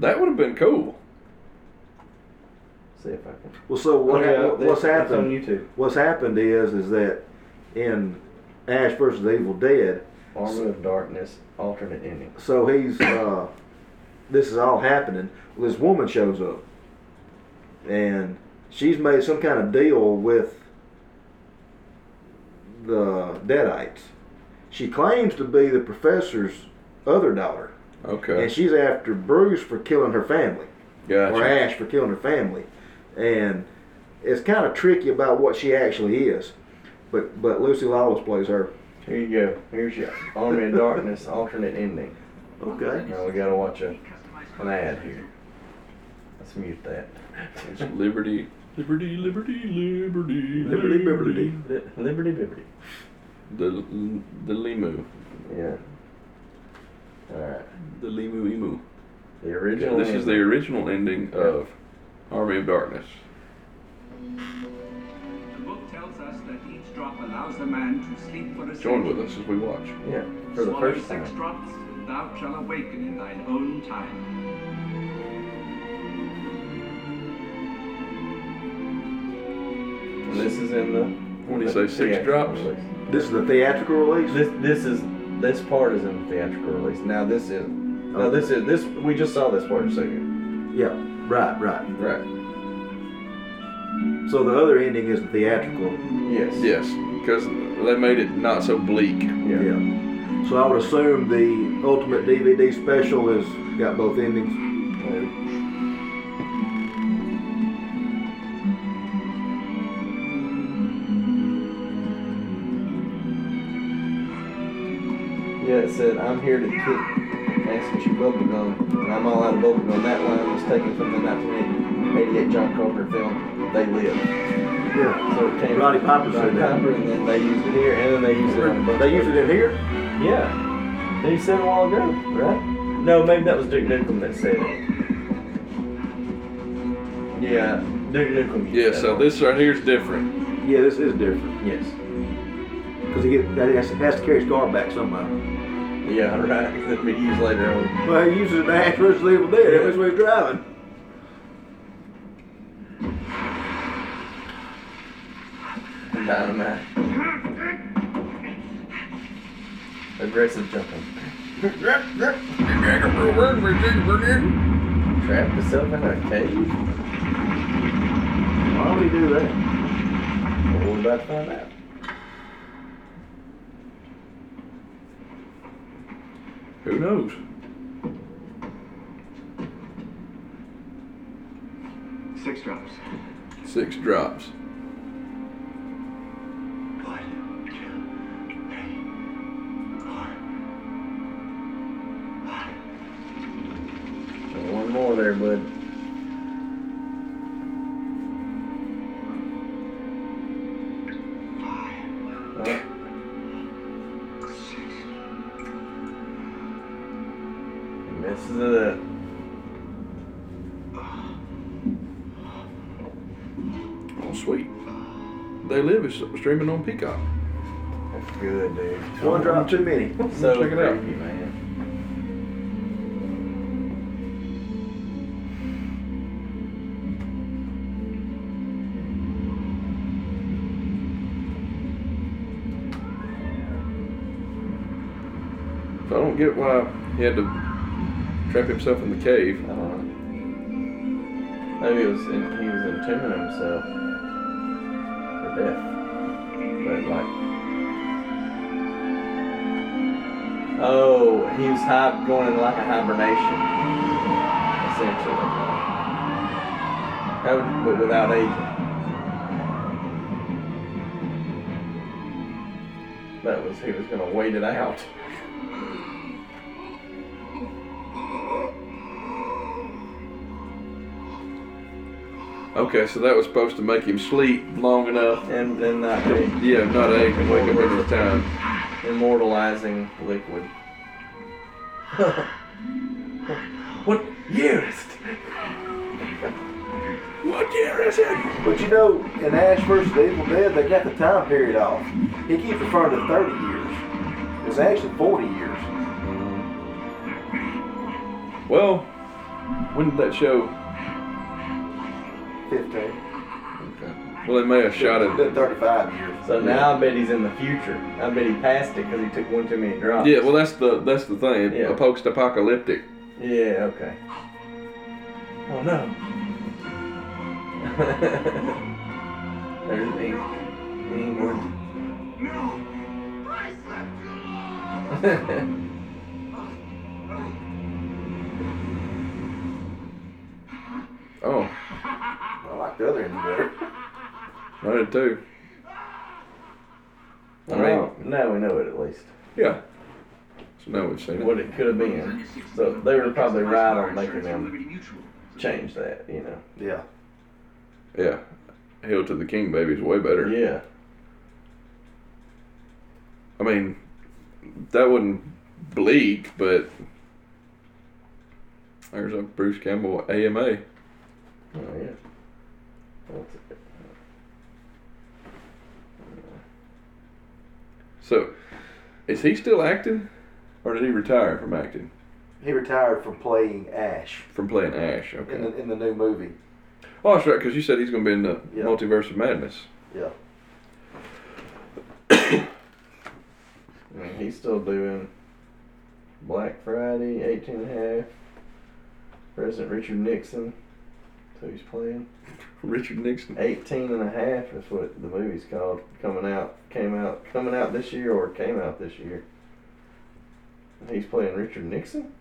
That would have been cool. see if I can. Well, so what, Okay, hap- that's- what's that's on happened? YouTube. What's happened is is that in Ash versus Evil Dead, Army of Darkness alternate ending. so he's uh, this is all happening. Well, this woman shows up, and she's made some kind of deal with the Deadites. She claims to be the professor's other daughter, Okay. and she's after Bruce for killing her family. or Gotcha. Ash for killing her family, and it's kind of tricky about what she actually is. But but Lucy Lawless plays her. Here you go. Here's your Army of Darkness alternate ending. Okay. Now we gotta watch a, an ad here. Let's mute that. It's liberty. Liberty, liberty, liberty, Liberty, liberty. Li- Liberty Liberty. The the limu, Yeah. Alright. the limu emu. The original. This is the ending. original ending of Army of Darkness. The book tells us that each drop allows a man to sleep for a Join century. with us as we watch. Yeah, for the Swallow first six time. drops, thou shalt awaken in thine own time. And this is in the. What do you say, six drops? This is the theatrical release. This this is this part is in the theatrical release. Now this is. No, this is this. We just saw this part a second. Yeah. Right. Right. Right. So the other ending is the theatrical. Yes. Yes, because they made it not so bleak. Yeah. Yeah. So I would assume the ultimate DVD special is got both endings. Yeah, it said, I'm here to kick ass and chew bubblegum, and I'm all out of bubblegum. That line was taken from the 1988 John Carpenter film, They Live. Yeah. So it came Roddy Piper said Roddy that. Piper, and then they used it here, and then they used it on the They used it in here. Yeah. They said a while ago, right? No, maybe that was Duke Nukem that said it. Yeah, Duke Nukem. used Yeah, that so one. this right here is different. Yeah. This is different Yes. because he get, that has, has to carry his guard back somehow. Yeah, right. That'd be used later on. Well, he uses it in Ash versus Evil Dead. That was where he's driving. Dynamite. Aggressive jumping. Trapped yourself in a cave? Why would he do that? Well, we're about to find out. Who knows? Six drops. Six drops. One, two, three, four, five. One more there, bud. Huh? He Messes it up. Oh, sweet. They Live is streaming on Peacock. That's good, dude. One drop too many. So Check it out. creepy, man. So I don't get why he had to trap himself in the cave. I don't know. Maybe it was in, he was entombing himself for death. But like, oh, he was hi- going in like a hibernation, essentially. How would- but without aging. That was he was gonna wait it out. Okay, so that was supposed to make him sleep long enough. And then uh, not be Yeah, not age and wake up at his time. immortalizing liquid. what year is it? What year is it? But you know, in Ash versus the Evil Dead, they got the time period off. He keeps referring to 30 years. It's actually 40 years. Well, when did that show? 15. Well, they may have shot it. Been 35 years. So now I bet he's in the future. I bet he passed it because he took one too many drops. Yeah, well, that's the that's the thing. Yeah. A post-apocalyptic. Yeah, okay. Oh no. There's me. Me one. Oh, I like the other end better. I did too. I mean, Well, now we know it at least. yeah. So now we've seen what it. it could have been. So they were probably right on making them change that, you know. Yeah. Yeah. Hail to the King, baby is way better. Yeah. I mean, that wasn't bleak, but there's a Bruce Campbell AMA. Oh yeah. That's it. So, is he still acting, or did he retire from acting, He retired from playing Ash from playing Ash? Okay. in the, in the new movie. oh, that's right, because you said he's going to be in the Yeah. Multiverse of Madness. Yeah. I mean, he's still doing Black Friday, 18 and a half. President Richard Nixon. That's who he's playing. Richard Nixon. 18 and a half is what the movie's called. Coming out, came out, coming out this year or came out this year. And He's playing Richard Nixon?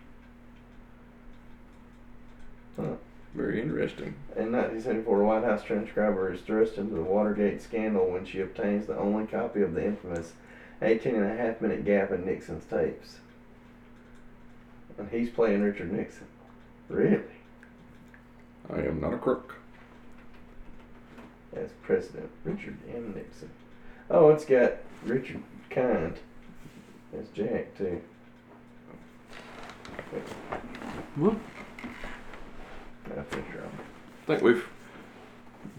Huh. Very interesting. In 1974, a White House transcriber is thrust into the Watergate scandal when she obtains the only copy of the infamous 18 and a half minute gap in Nixon's tapes. And he's playing Richard Nixon. Really? I am not a crook. As President Richard M. Nixon. Oh, it's got Richard Kind as Jack, too. Well, Got a picture of him. I think we've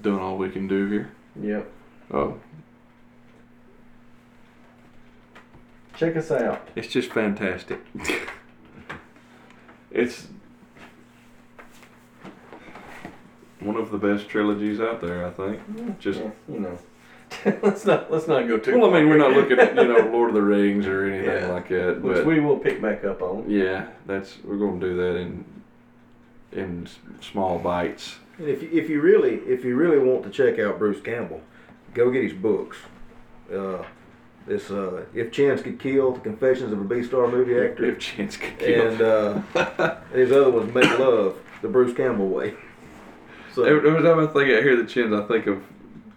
done all we can do here. Yep. Oh, Check us out. it's just fantastic. it's one of the best trilogies out there, I think. Just Yeah, you know. let's not let's not go too well, I mean, far. we're not looking at you know Lord of the Rings or anything Yeah. like that, Which but we will pick back up on. yeah, that's we're going to do that in in s- small bites. And if you, if you really if you really want to check out Bruce Campbell, go get his books. Uh, this uh, if Chance could kill, the Confessions of a B-star movie actor, If chance could kill. and uh, his other one's Make Love, the Bruce Campbell way. uh, So Every every time I think I hear the chins, I think of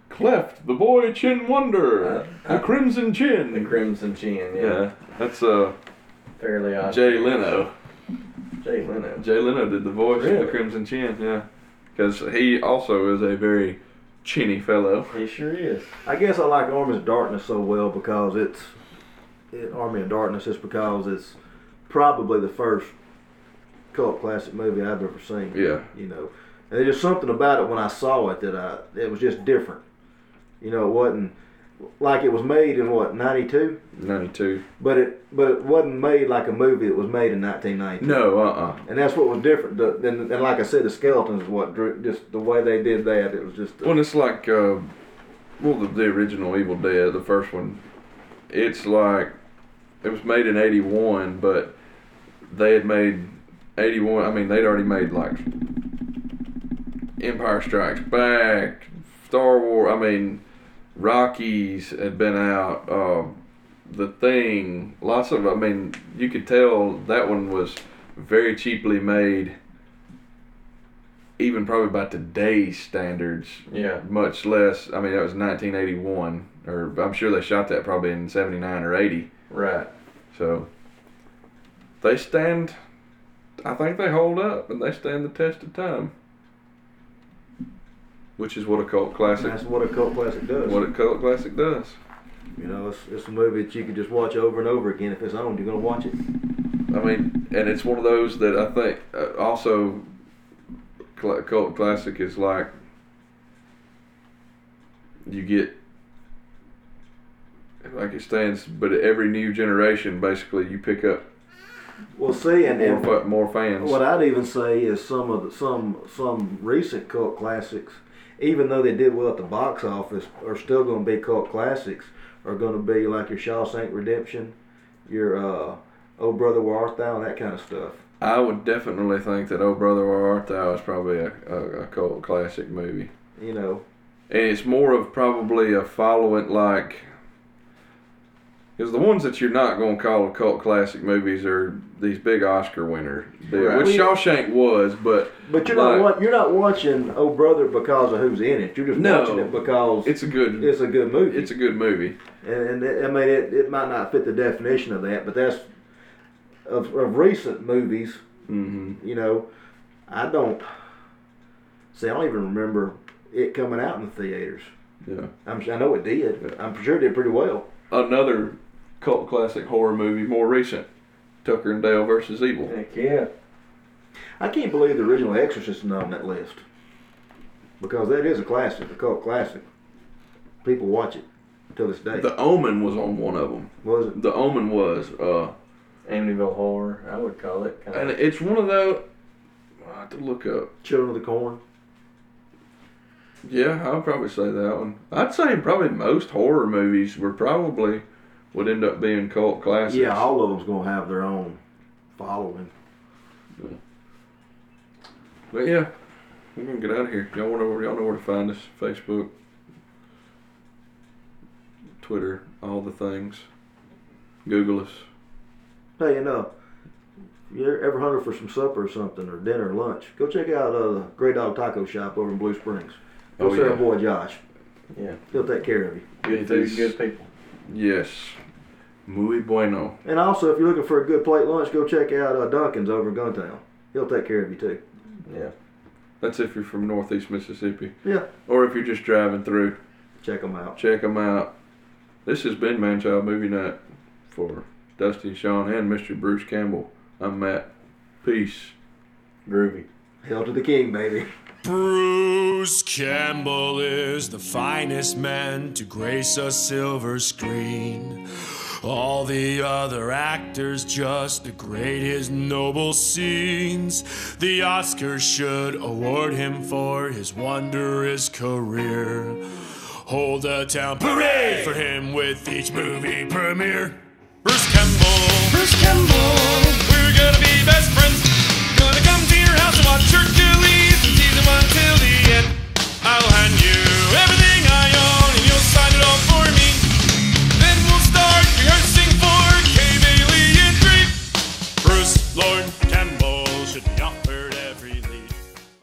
Cleft, the boy Chin Wonder, Uh, the Crimson Chin. The Crimson Chin, yeah. yeah, that's uh Fairly odd. Jay Leno. Jay Leno. Jay Leno did the voice of Really? the Crimson Chin, yeah, because he also is a very chinny fellow. He sure is. I guess I like Army of Darkness so well because it's it, Army of Darkness just because it's probably the first cult classic movie I've ever seen. Yeah. You know, and there's just something about it when I saw it that I it was just different. You know, it wasn't like it was made in what '92, 92. but it but it wasn't made like a movie. It was made in 1990. No, uh-uh. And that's what was different. The- And, and like I said, the skeletons is what drew, just the way they did that. It was just Well, it's like, uh, well, the, the original Evil Dead, the first one, it's like, it was made in 81, but they had made 81, I mean, they'd already made like Empire Strikes Back, Star Wars, I mean, Rockies had been out, uh, The Thing, lots of, I mean, you could tell that one was very cheaply made. Even probably by today's standards, Yeah. much less. I mean, that was 1981, or I'm sure they shot that probably in 79 or 80. Right. So they stand, I think they hold up and they stand the test of time, which is what a cult classic, that's what a cult classic does. what a cult classic does. you know, it's, it's a movie that you can just watch over and over again. If it's on, you're gonna watch it. I mean, and it's one of those that I think uh, also cl- cult classic is like you get like it stands, but every new generation basically you pick up Well, see, and, more and fa- more fans. What I'd even say is some of the, some some recent cult classics, even though they did well at the box office, are still going to be cult classics. Are going to be like your Shawshank Redemption, your uh, Oh Brother Where Art Thou, and that kind of stuff. I would definitely think that Oh Brother Where Art Thou is probably a, a, a cult classic movie. You know, And it's more of probably a following like because the ones that you're not going to call a cult classic movies are these big Oscar winners, Right. which Shawshank was, but but you're Right. not wa- you're not watching Oh Brother because of who's in it. You're just No. watching it because it's a good it's a good movie. it's a good movie. And, and it, I mean, it, it might not fit the definition of that, but that's of, of recent movies. hmm you know, I don't see. I don't even remember it coming out in the theaters. Yeah. I'm su- I know it did. I'm sure it did pretty well. Another cult classic horror movie, more recent, Tucker and Dale versus Evil. Heck yeah. I can't believe the original Exorcist is not on that list because that is a classic, a cult classic. People watch it to this day. The Omen was on one of them. was it? The Omen was. Uh, Amityville horror, I would call it. Kind And of. it's one of those. I have to look up. Children of the Corn. Yeah, I'll probably say that one. I'd say probably most horror movies were probably would end up being cult classics. Yeah, all of them's gonna have their own following. But yeah, we're gonna get out of here. Y'all want to, y'all know where to find us: Facebook, Twitter, all the things. Google us. Hey, you know, if you're ever hungry for some supper or something, or dinner, or lunch, go check out uh, the Grey Dog Taco Shop over in Blue Springs. Go Oh, see our yeah. boy Josh. Yeah. He'll take care of you. Good Get food, these- good people. Yes. Muy bueno. And also, if you're looking for a good plate lunch, go check out uh, Duncan's over in Guntown. He'll take care of you too. Yeah. That's if you're from Northeast Mississippi, Yeah, or if you're just driving through. check him out. check them out. This has been Man Child Movie Night for Dusty and Sean and Mr. Bruce Campbell. I'm Matt. Peace. Groovy. Hail to the king, baby. Bruce Campbell is the finest man to grace a silver screen. All the other actors just degrade his noble scenes. The Oscars should award him for his wondrous career. Hold a town parade for him with each movie premiere. Bruce Campbell. Bruce Campbell. We're gonna be best friends